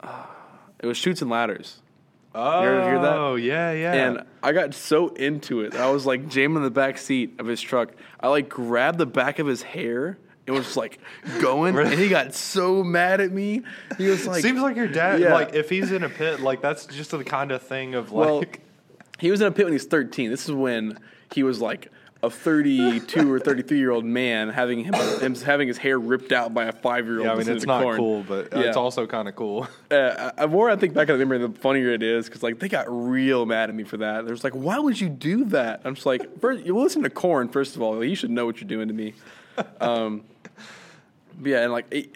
S5: uh, it was shoots and ladders.
S3: oh,
S5: ever hear that?
S3: yeah, yeah.
S5: And I got so into it, I was like jamming in the back seat of his truck. I like grabbed the back of his hair and was just like going, and he got so mad at me. He was like,
S3: Seems like your dad,
S5: Yeah.
S3: like if he's in a pit, like that's just the kind of thing of
S5: Well,
S3: like.
S5: he was in a pit when he was 13. This is when he was like, a 32 or 33 year old man having him, him having his hair ripped out by a five year old.
S3: Yeah, I mean it's not
S5: corn.
S3: cool, but uh,
S5: Yeah.
S3: it's also kind of cool.
S5: Uh, I, the more I think back on the memory, the funnier it is because like they got real mad at me for that. They're just like, "Why would you do that?" I'm just like, first, you listen to Corn first of all. Like, you should know what you're doing to me." Um, but yeah, and like it,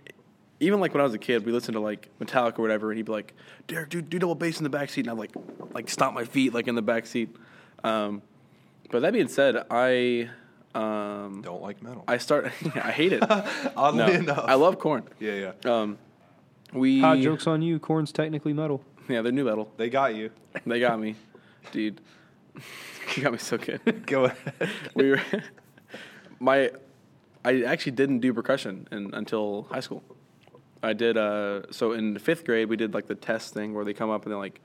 S5: even like when I was a kid, we listened to like Metallica or whatever, and he'd be like, "Derek, do do double bass in the back seat," and I'm like, like stomp my feet like in the back seat. Um, but that being said, I um,
S3: Don't like metal.
S5: I start I hate it.
S3: Oddly
S5: No,
S3: enough.
S5: I love Corn.
S3: yeah, yeah.
S5: Um, we
S6: Ha, jokes on you. Corn's technically metal.
S5: yeah, they're new metal.
S3: They got you.
S5: They got me, dude. You got me so good.
S3: Go ahead.
S5: We were, my, I actually didn't do percussion in, until high school. I did. Uh, so in fifth grade, we did like the test thing where they come up and then like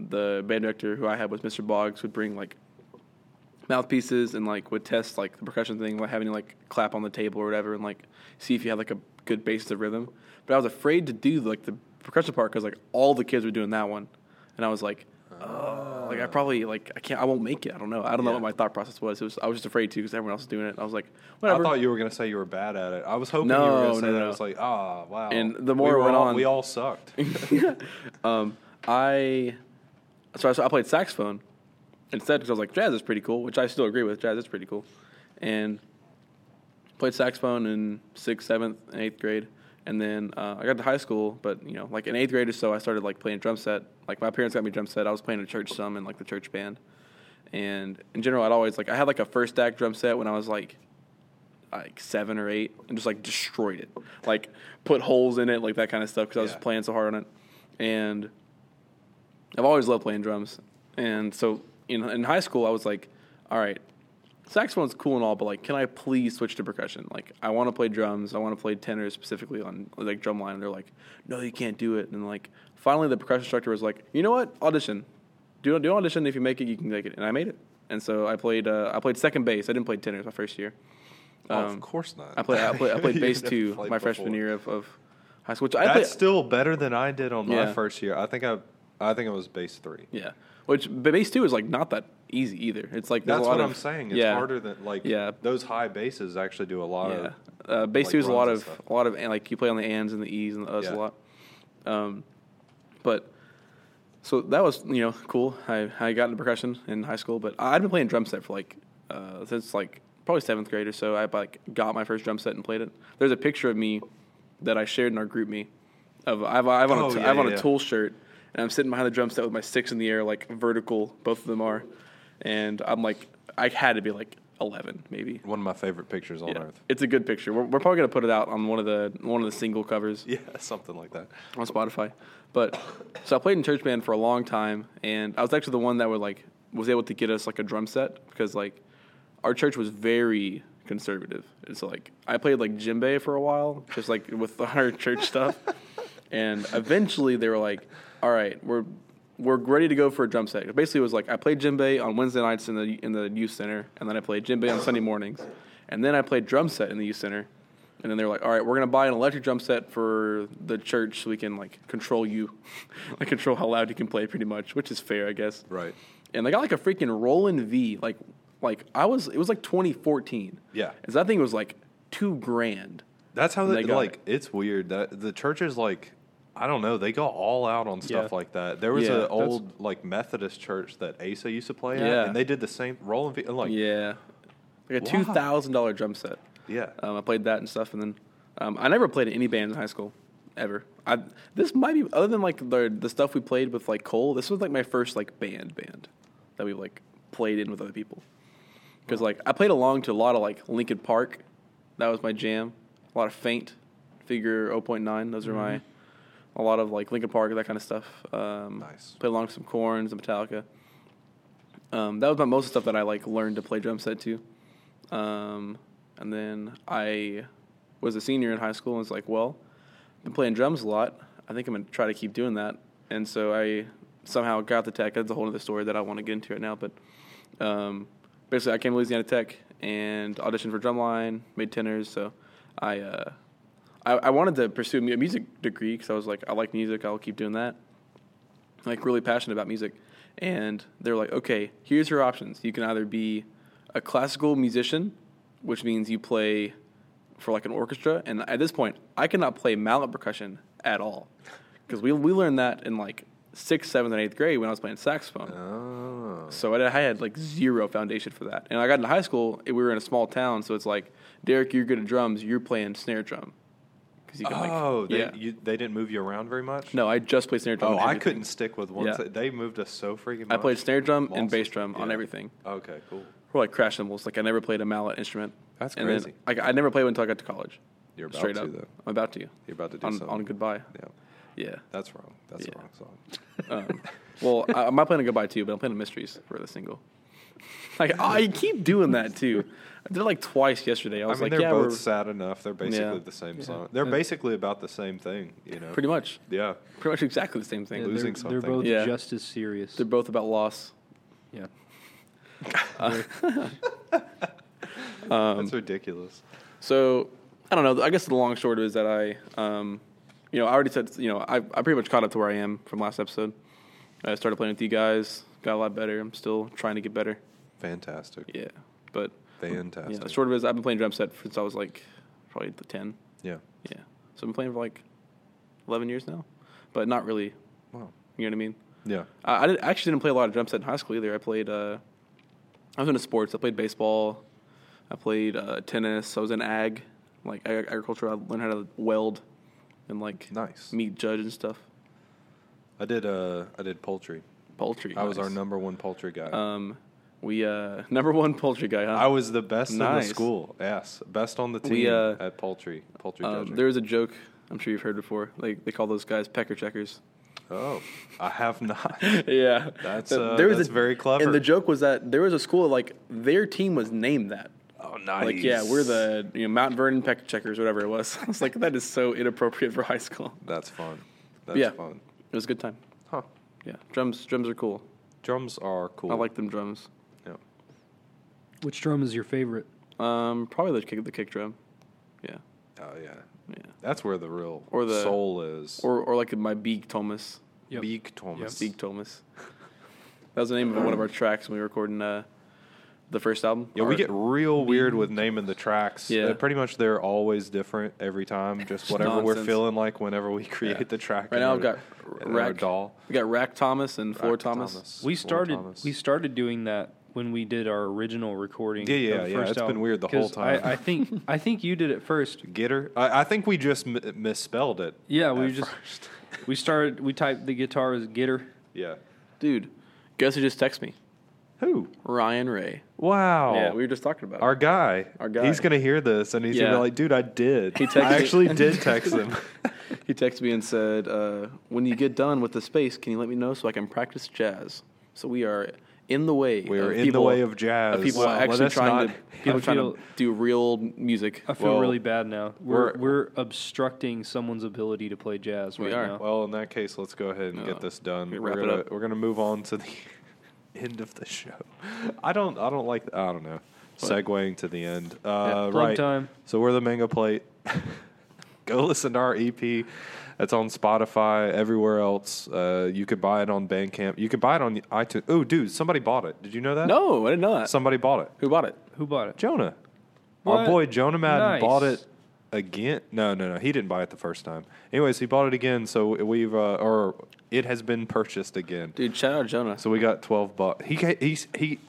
S5: the band director who I had was Mr. Boggs would bring like mouthpieces and like would test like the percussion thing, like having to like clap on the table or whatever, and like see if you had like a good basis of rhythm. But I was afraid to do like the percussion part because like all the kids were doing that one, and I was like, oh, like I probably like I can't, I won't make it. I don't know. I don't know what my thought process was. It was I was just afraid to because everyone else was doing it. I was like, whatever.
S3: I thought you were going to say you were bad at it. I was hoping you were
S5: No,
S3: going to say
S5: no,
S3: that.
S5: no.
S3: I was like, ah, wow.
S5: And the
S3: We
S5: more it
S3: were
S5: went
S3: all-
S5: on-
S3: we all sucked.
S5: um, I so I, so I played saxophone instead because I was like jazz is pretty cool, which I still agree with. Jazz is pretty cool, and played saxophone in sixth, seventh, and eighth grade. And then uh, I got to high school, but you know, like in eighth grade or so, I started like playing drum set. Like my parents got me drum set. I was playing in church some and like the church band. And in general, I'd always like I had like a first stack drum set when I was like like seven or eight and just like destroyed it, like put holes in it, like that kind of stuff because I was
S3: Yeah.
S5: playing so hard on it. And I've always loved playing drums, and so in in high school, I was like, all right, saxophone's cool and all, but like, can I please switch to percussion? Like, I want to play drums. I want to play tenor specifically on like drumline. And they're like, no, you can't do it. And like, finally, the percussion instructor was like, you know what? Audition. Do do an audition. If you make it, you can make it. And I made it. And so I played. Uh, I played second base. I didn't play tenors my first year.
S3: Oh,
S5: Um,
S3: of course not.
S5: I played. I played, I played
S3: You
S5: bass
S3: never
S5: two
S3: played
S5: my
S3: before.
S5: freshman year of, of high school. Which I played,
S3: That's still better than I did on my
S5: Yeah.
S3: first year. I think I, I think it was bass three.
S5: Yeah, which but base two is like not that easy either. It's like there's
S3: That's
S5: a lot
S3: what
S5: of,
S3: I'm saying. It's
S5: yeah,
S3: harder than like
S5: Yeah.
S3: those high basses actually do a lot
S5: Yeah,
S3: of.
S5: uh, base
S3: like,
S5: two is a
S3: runs
S5: lot
S3: and
S5: of
S3: stuff.
S5: a lot of and, like you play on the ands and the e's and the us
S3: Yeah.
S5: a lot. Um, but so that was you know cool. I I got into percussion in high school, but I- I'd been playing drum set for like uh, since like probably seventh grade or so. I like got my first drum set and played it. There's a picture of me that I shared in our group me of I've I've on a
S3: Oh,
S5: t-
S3: yeah,
S5: I've on
S3: yeah.
S5: a tool shirt and I'm sitting behind the drum set with my sticks in the air like vertical. Both of them are, and I'm like I had to be like eleven maybe.
S3: One of my favorite pictures on
S5: Yeah.
S3: earth.
S5: It's a good picture. We're, we're probably gonna put it out on one of the one of the single covers
S3: Yeah, something like that.
S5: on Spotify. But so I played in church band for a long time, and I was actually the one that would like was able to get us like a drum set because like our church was very conservative. And so like I played like djembe for a while, just like with our church stuff. And eventually they were like, "All right, we're we're ready to go for a drum set." Basically, it was like I played djembe on Wednesday nights in the in the youth center, and then I played djembe on Sunday mornings, and then I played drum set in the youth center. And then they were like, "All right, we're gonna buy an electric drum set for the church so we can like control you, like control how loud you can play, pretty much, which is fair, I guess."
S3: Right.
S5: and they got like a freaking Roland V. Like, like I was, it was like 2014.
S3: Yeah.
S5: and so that thing was like two grand.
S3: That's how they,
S5: They got
S3: like. It's weird that the church is like. I don't know. They go all out on stuff
S6: Yeah.
S3: like that. There was
S5: Yeah,
S3: an
S5: that's-
S3: old like Methodist church that Asa used to play
S5: Yeah.
S3: at, and they did the same. Rolling, V- like
S5: Yeah, like a
S3: Why?
S5: two thousand dollar drum set.
S3: yeah.
S5: Um, I played that and stuff, and then um, I never played in any band in high school ever. I this might be other than like the the stuff we played with like Cole. This was like my first like band band that we like played in with other people. Because like I played along to a lot of like Linkin Park, that was my jam. A lot of Faint, Figure 0.9, those are my. A lot of like Linkin Park, that kind of stuff. Um,
S3: Nice.
S5: Played along to some Corns and Metallica. Um, that was my most of the stuff that I like learned to play drum set to. Um, and then I was a senior in high school and was like, well, I've been playing drums a lot. I think I'm going to try to keep doing that. And so I somehow got the tech. That's a whole other story that I want to get into right now. But um, basically, I came to Louisiana Tech and auditioned for drumline, made tenors. So I, uh, I, I wanted to pursue a mu- a music degree because I was like, I like music. I'll keep doing that like really passionate about music and they're like okay here's your options you can either be a a classical musician, which means you play for like an orchestra. And at this point, I cannot play mallet percussion at all because we we learned that in like sixth, seventh, and eighth grade when I was playing saxophone.
S3: Oh.
S5: So I, I had like zero foundation for that. And I got into high school, and we were in a small town, so it's like Derek, you're good at drums. You're playing snare drum because you can like
S3: Oh, they,
S5: yeah.
S3: you, they didn't move you around very much.
S5: no, I just play snare drum.
S3: Oh,
S5: on
S3: I
S5: everything.
S3: couldn't stick with one.
S5: Yeah.
S3: si- They moved us so freaking.
S5: I
S3: much.
S5: played snare drum and
S3: Lost
S5: bass
S3: it.
S5: drum on
S3: Yeah.
S5: everything.
S3: Okay, cool.
S5: We're like crash cymbals. Like I never played a mallet instrument.
S3: That's
S5: and then,
S3: crazy.
S5: like I never played one until I got to college.
S3: You're about
S5: Straight
S3: to,
S5: up.
S3: though.
S5: I'm about to.
S3: You're about to do
S5: on,
S3: something.
S5: on goodbye.
S3: Yeah,
S5: Yeah.
S3: that's wrong. That's the
S5: Yeah.
S3: wrong song.
S5: Um, well, I, I'm not playing a goodbye too, but I'm playing a mysteries for the single. Like I keep doing that too. I did it like twice yesterday. I
S3: I
S5: was
S3: mean,
S5: like,
S3: they're
S5: yeah,
S3: both
S5: we're
S3: sad enough. They're basically
S5: Yeah.
S3: the same song. They're basically about the same thing. You know.
S5: pretty much,
S3: Yeah.
S5: pretty much exactly the same thing.
S6: Yeah,
S3: Losing
S6: they're,
S3: something.
S6: They're both
S5: Yeah.
S6: just as serious.
S5: They're both about loss.
S6: yeah.
S5: Um,
S3: that's ridiculous.
S5: So I don't know. I guess the long short is that I, um, you know, I already said, you know, I, I pretty much caught up to where I am from last episode. I started playing with you guys, got a lot better. I'm still trying to get better.
S3: Fantastic.
S5: Yeah, but
S3: Fantastic.
S5: yeah, the short of it is I've been playing drum set since I was like probably the ten.
S3: Yeah.
S5: Yeah, so I've been playing for like eleven years now, but not really.
S3: Wow.
S5: You know what I mean?
S3: Yeah.
S5: I, I did, I actually didn't play a lot of drum set in high school either. I played. Uh, I was into sports. I played baseball. I played uh, tennis. I was in ag, like ag- agriculture. I learned how to weld and like
S3: Nice.
S5: meat judge and stuff.
S3: I did. Uh, I did poultry.
S5: Poultry.
S3: I was our
S5: nice.
S3: number one poultry guy.
S5: Um, we uh, number one poultry guy. Huh?
S3: I was the best in
S5: nice.
S3: the school. Yes, best on the team
S5: We, uh,
S3: at poultry. Poultry
S5: Uh,
S3: judging.
S5: there was a joke. I'm sure you've heard before. Like they call those guys pecker checkers.
S3: Oh, I have not.
S5: yeah,
S3: That's,
S5: Th-
S3: uh, that's very clever.
S5: And the joke was that there was a school like their team was named that.
S3: oh, nice.
S5: Like, yeah, we're the you know, Mount Vernon Peck Checkers, whatever it was. I was like, that is so inappropriate for high school.
S3: That's fun.
S5: But
S3: That's
S5: yeah,
S3: fun.
S5: it was a good time.
S3: Huh.
S5: Yeah, drums, drums are cool.
S3: Drums are cool.
S5: I like them drums.
S3: Yeah.
S6: Which drum is your favorite?
S5: Um, probably the kick, the kick drum. Yeah,
S3: Oh yeah.
S5: yeah.
S3: That's where the real
S5: Or the-
S3: soul is.
S5: Or or like my Beak Thomas,
S6: Yep.
S3: Beak Thomas.
S5: Beak Thomas. that was the name of one of our tracks when we were recording uh, the first album.
S3: Yeah, we
S5: Our-
S3: get real weird with naming the tracks.
S5: Yeah.
S3: They're pretty much they're always different every time. Just whatever we're
S5: nonsense.
S3: feeling like whenever we create
S5: Yeah.
S3: the track.
S5: Right
S3: in
S5: now
S3: our-
S5: I've got
S3: in our
S5: Rack
S3: doll.
S5: We got Rack Thomas and Floor
S3: Rack
S5: Thomas.
S6: We
S3: Floor
S6: started
S3: Thomas.
S6: we started doing that when we did our original recording.
S3: Yeah, yeah,
S6: of the
S3: yeah,
S6: First
S3: it's been
S6: album.
S3: weird the whole
S6: 'Cause
S3: time.
S6: I, I think I think you did it first.
S3: Gitter. I, I think we just m- misspelled it.
S6: Yeah,
S3: at
S6: we just
S3: first.
S6: we started we typed the guitar as Gitter.
S3: yeah.
S5: Dude, guess who just texted me?
S3: Who?
S5: Ryan Ray.
S3: Wow.
S5: Yeah, we were just talking about it.
S3: Oh. our guy.
S5: Our guy.
S3: He's gonna hear this and he's gonna
S5: Yeah.
S3: be like, dude, I did. He
S5: texted-
S3: I actually did text him.
S5: He texted me and said, uh, "When you get done with the space, can you let me know so I can practice jazz?" So we are in the way.
S3: We are in
S5: of
S3: the
S5: people,
S3: way of jazz.
S5: Of people
S3: Well, let
S5: actually
S3: us
S5: trying
S3: not-
S5: to people
S6: I
S5: trying
S6: feel-
S5: to do real music.
S6: I feel
S3: Well,
S6: really bad now. We're,
S5: we're-
S6: we're obstructing someone's ability to play jazz right
S5: are.
S6: now.
S3: Well, in that case, let's go ahead and
S5: No.
S3: get this done.
S5: Uh, We
S3: We're
S5: wrap it
S3: gonna
S5: up.
S3: we're gonna move on to the end of the show. I don't I don't like I don't know. Segueing to the end. Uh,
S6: plug
S3: right.
S6: time.
S3: So we're the Mango Plate. go listen to our EP. That's on Spotify, everywhere else. Uh, you could buy it on Bandcamp. You could buy it on iTunes. Oh, dude, somebody bought it. Did you know that?
S5: No, I didn't know that.
S3: Somebody bought it.
S5: Who bought it?
S6: Who bought it?
S3: Jonah. Our
S6: What?
S3: boy Jonah Madden
S6: Nice.
S3: bought it again. No, no, no. He didn't buy it the first time. Anyways, he bought it again. So we've uh, or it has been purchased again.
S5: Dude, shout out Jonah.
S3: So we got twelve bucks. He ca- he's, he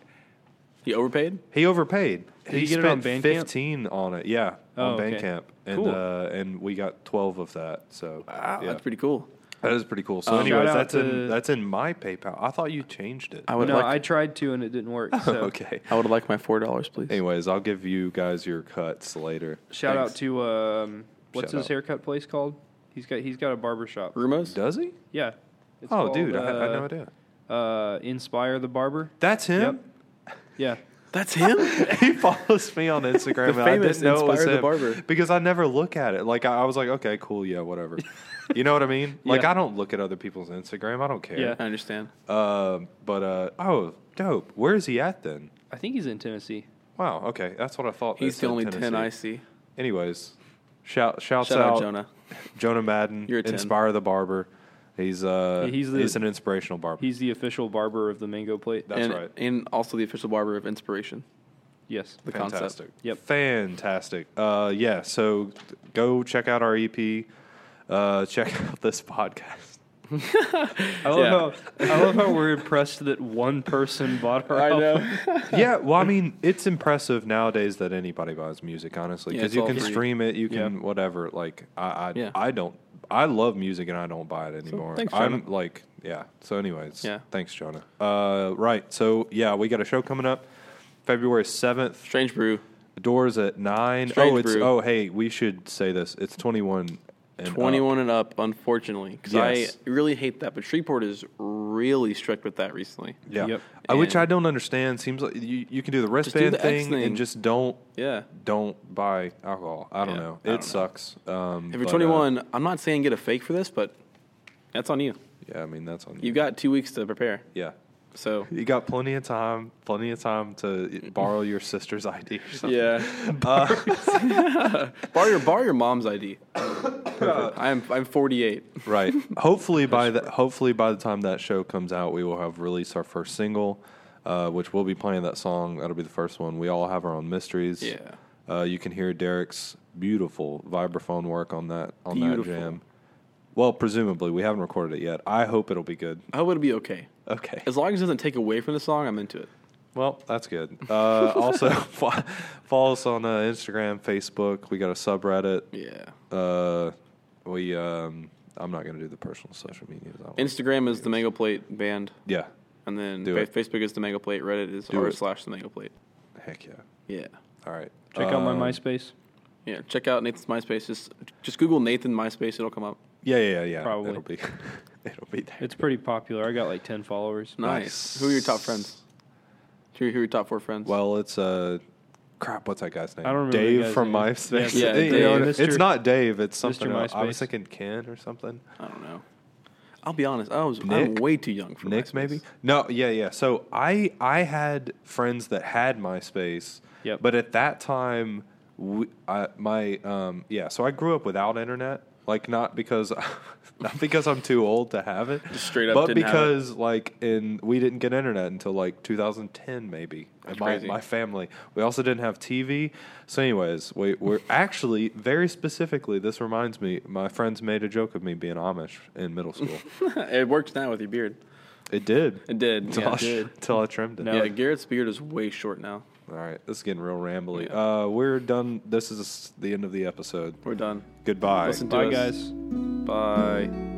S5: He overpaid.
S3: he overpaid.
S6: he get it on
S3: spent
S6: Bandcamp?
S3: fifteen on it. Yeah,
S6: Oh,
S3: on
S6: okay.
S3: Bandcamp, and
S6: Cool.
S3: uh, and we got twelve of that. So
S5: Wow,
S3: yeah.
S5: that's pretty cool.
S3: that is pretty cool. So
S6: Um,
S3: anyways,
S6: shout out
S3: that's in
S6: to-
S3: that's in my PayPal. I thought you changed it.
S5: I would
S6: no,
S5: like.
S6: I tried to and it didn't work. So
S3: okay.
S5: I would like my four dollars, please.
S3: Anyways, I'll give you guys your cuts later.
S6: Shout out
S3: Thanks.
S6: to um, what's
S3: Shout
S6: his
S3: out.
S6: haircut place called? He's got he's got a barber shop.
S5: Rumos.
S3: Does he?
S6: Yeah. It's
S3: oh,
S6: called,
S3: dude, I, had, I had no
S6: uh,
S3: idea.
S6: Uh, Inspire the barber.
S3: That's him.
S6: Yeah.
S5: That's him.
S3: he follows me on Instagram. and
S5: The
S3: I
S5: famous
S3: didn't know it was
S5: Inspire the
S3: him
S5: Barber.
S3: because I never look at it. Like I, I was like, okay, cool, yeah, whatever. you know what I mean? Like
S6: Yeah.
S3: I don't look at other people's Instagram. I don't care.
S5: I understand.
S3: Um, but uh, oh, dope. Where is he at then?
S6: I think he's in Tennessee.
S3: Wow. Okay, that's what I thought. They
S5: He's the
S3: said
S5: only ten I
S3: Tennessee.
S5: see.
S3: Anyways, shout shouts
S5: Shout
S3: out,
S5: out Jonah.
S3: Jonah Madden.
S5: You're a 10.
S3: Inspire the barber. He's uh
S6: Yeah,
S3: he's,
S6: he's the-
S3: an inspirational barber.
S6: He's the official barber of the Mango Plate.
S3: That's
S5: and,
S3: right.
S5: And also the official barber of Inspiration.
S6: Yes.
S5: The
S3: Fantastic.
S5: concept.
S6: Yep.
S3: Fantastic. Uh, yeah. So th- go check out our EP. Uh, check out this podcast.
S6: I love how I love how we're impressed that one person bought our
S5: I
S6: album.
S5: know.
S3: yeah. Well, I mean, it's impressive nowadays that anybody buys music, honestly,
S5: Yeah,
S3: because
S5: it's
S3: you
S5: all
S3: can
S5: free.
S3: stream it, you can
S6: Yeah.
S3: whatever. Like, I, I,
S5: Yeah.
S3: I don't. I love music and I don't buy it anymore.
S5: thanks,
S3: I'm
S5: Jonah.
S3: like, yeah. So, anyways,
S5: Yeah.
S3: Thanks, Jonah. Uh, right. So, yeah, we got a show coming up, February seventh.
S5: Strange Brew.
S3: Doors at nine.
S5: Strange
S3: oh, it's
S5: brew.
S3: oh hey, we should say this. It's twenty one. and up.
S5: 21 and up, unfortunately, because
S3: Yes.
S5: I really hate that. But Shreveport is really strict with that recently.
S3: Yeah,
S6: Yep.
S3: Uh, which
S5: And-
S3: I don't understand. Seems like you, you can do the
S5: do
S3: wristband
S5: the X
S3: thing,
S5: thing.
S3: and just don't
S5: Yeah.
S3: don't buy alcohol. I don't
S5: Yeah,
S3: know.
S5: I don't
S3: It
S5: know.
S3: sucks. Um,
S5: If you're
S3: but, uh,
S5: 21, I'm not saying get a fake for this, but that's on you.
S3: yeah, I mean that's on you.
S5: You've got two weeks to prepare.
S3: yeah,
S5: So
S3: you got plenty of time. Plenty of time to borrow your sister's ID or something.
S5: yeah, borrow your borrow your mom's ID. I'm I'm 48.
S3: Right. Hopefully by the hopefully by the time that show comes out, we will have released our first single, uh, which we'll be playing that song. That'll be the first one. We all have our own mysteries.
S5: Yeah.
S3: Uh, you can hear Derek's beautiful vibraphone work on that on
S5: Beautiful.
S3: that jam. Well, presumably we haven't recorded it yet. I hope it'll be good.
S5: I hope it'll be okay.
S3: Okay.
S5: As long as it doesn't take away from the song, I'm into it.
S3: Well, that's good. Uh, also, fo- follow us on uh, Instagram, Facebook. We got a subreddit.
S5: Yeah.
S3: Uh, we um, I'm not gonna do the personal social media.
S5: Instagram is the Mango Plate Band,
S3: yeah.
S5: and then
S3: Do
S5: fa-
S3: it.
S5: Facebook is the Mango Plate. Reddit is
S3: Do
S5: r
S3: it.
S5: slash the Mango Plate.
S3: Heck yeah.
S5: Yeah.
S3: All right.
S6: Check out my
S3: Um,
S6: MySpace.
S5: Yeah. Check out Nathan's MySpace. Just just Google Nathan MySpace. It'll come up.
S3: Yeah, yeah, yeah. yeah.
S6: Probably.
S3: It'll be. it'll be there.
S6: It's pretty popular. I got like ten followers.
S5: Nice. Who are your top friends? Who who are your top four friends?
S3: Well, it's uh, crap. What's that guy's name?
S6: I don't remember the
S3: Dave
S6: guy's
S3: from
S6: name.
S3: MySpace.
S5: Yeah,
S3: You know,
S6: Dave.
S3: it's
S6: Mr.
S3: not Dave. It's something. else. I was
S6: MySpace.
S3: thinking Ken or something.
S5: I don't know. I'll be honest. I was I'm
S3: Nick?
S5: way too young for
S3: Nick,
S5: MySpace.
S3: maybe. No, yeah, yeah. So I I had friends that had MySpace.
S6: Yep.
S3: But at that time, we, I, my um yeah. So I grew up without internet. Like not because not because I'm too old to have it.
S5: Just straight up
S3: But
S5: didn't have it.
S3: because like in we didn't get internet until like 2010 maybe. And my
S5: crazy.
S3: my family. We also didn't have TV. So anyways, we we're actually very specifically. This reminds me. My friends made a joke of me being Amish in middle school.
S5: it works now with your beard.
S3: It did.
S5: It did.
S3: Till
S5: Yeah,
S3: I,
S5: it did.
S3: till I trimmed it.
S5: Yeah, Garrett's beard is way short now.
S3: All right. This is getting real rambly. Uh, we're done. This is the end of the episode.
S5: We're done.
S3: Goodbye.
S5: Listen to
S6: Bye
S5: us.
S6: guys.
S5: Bye.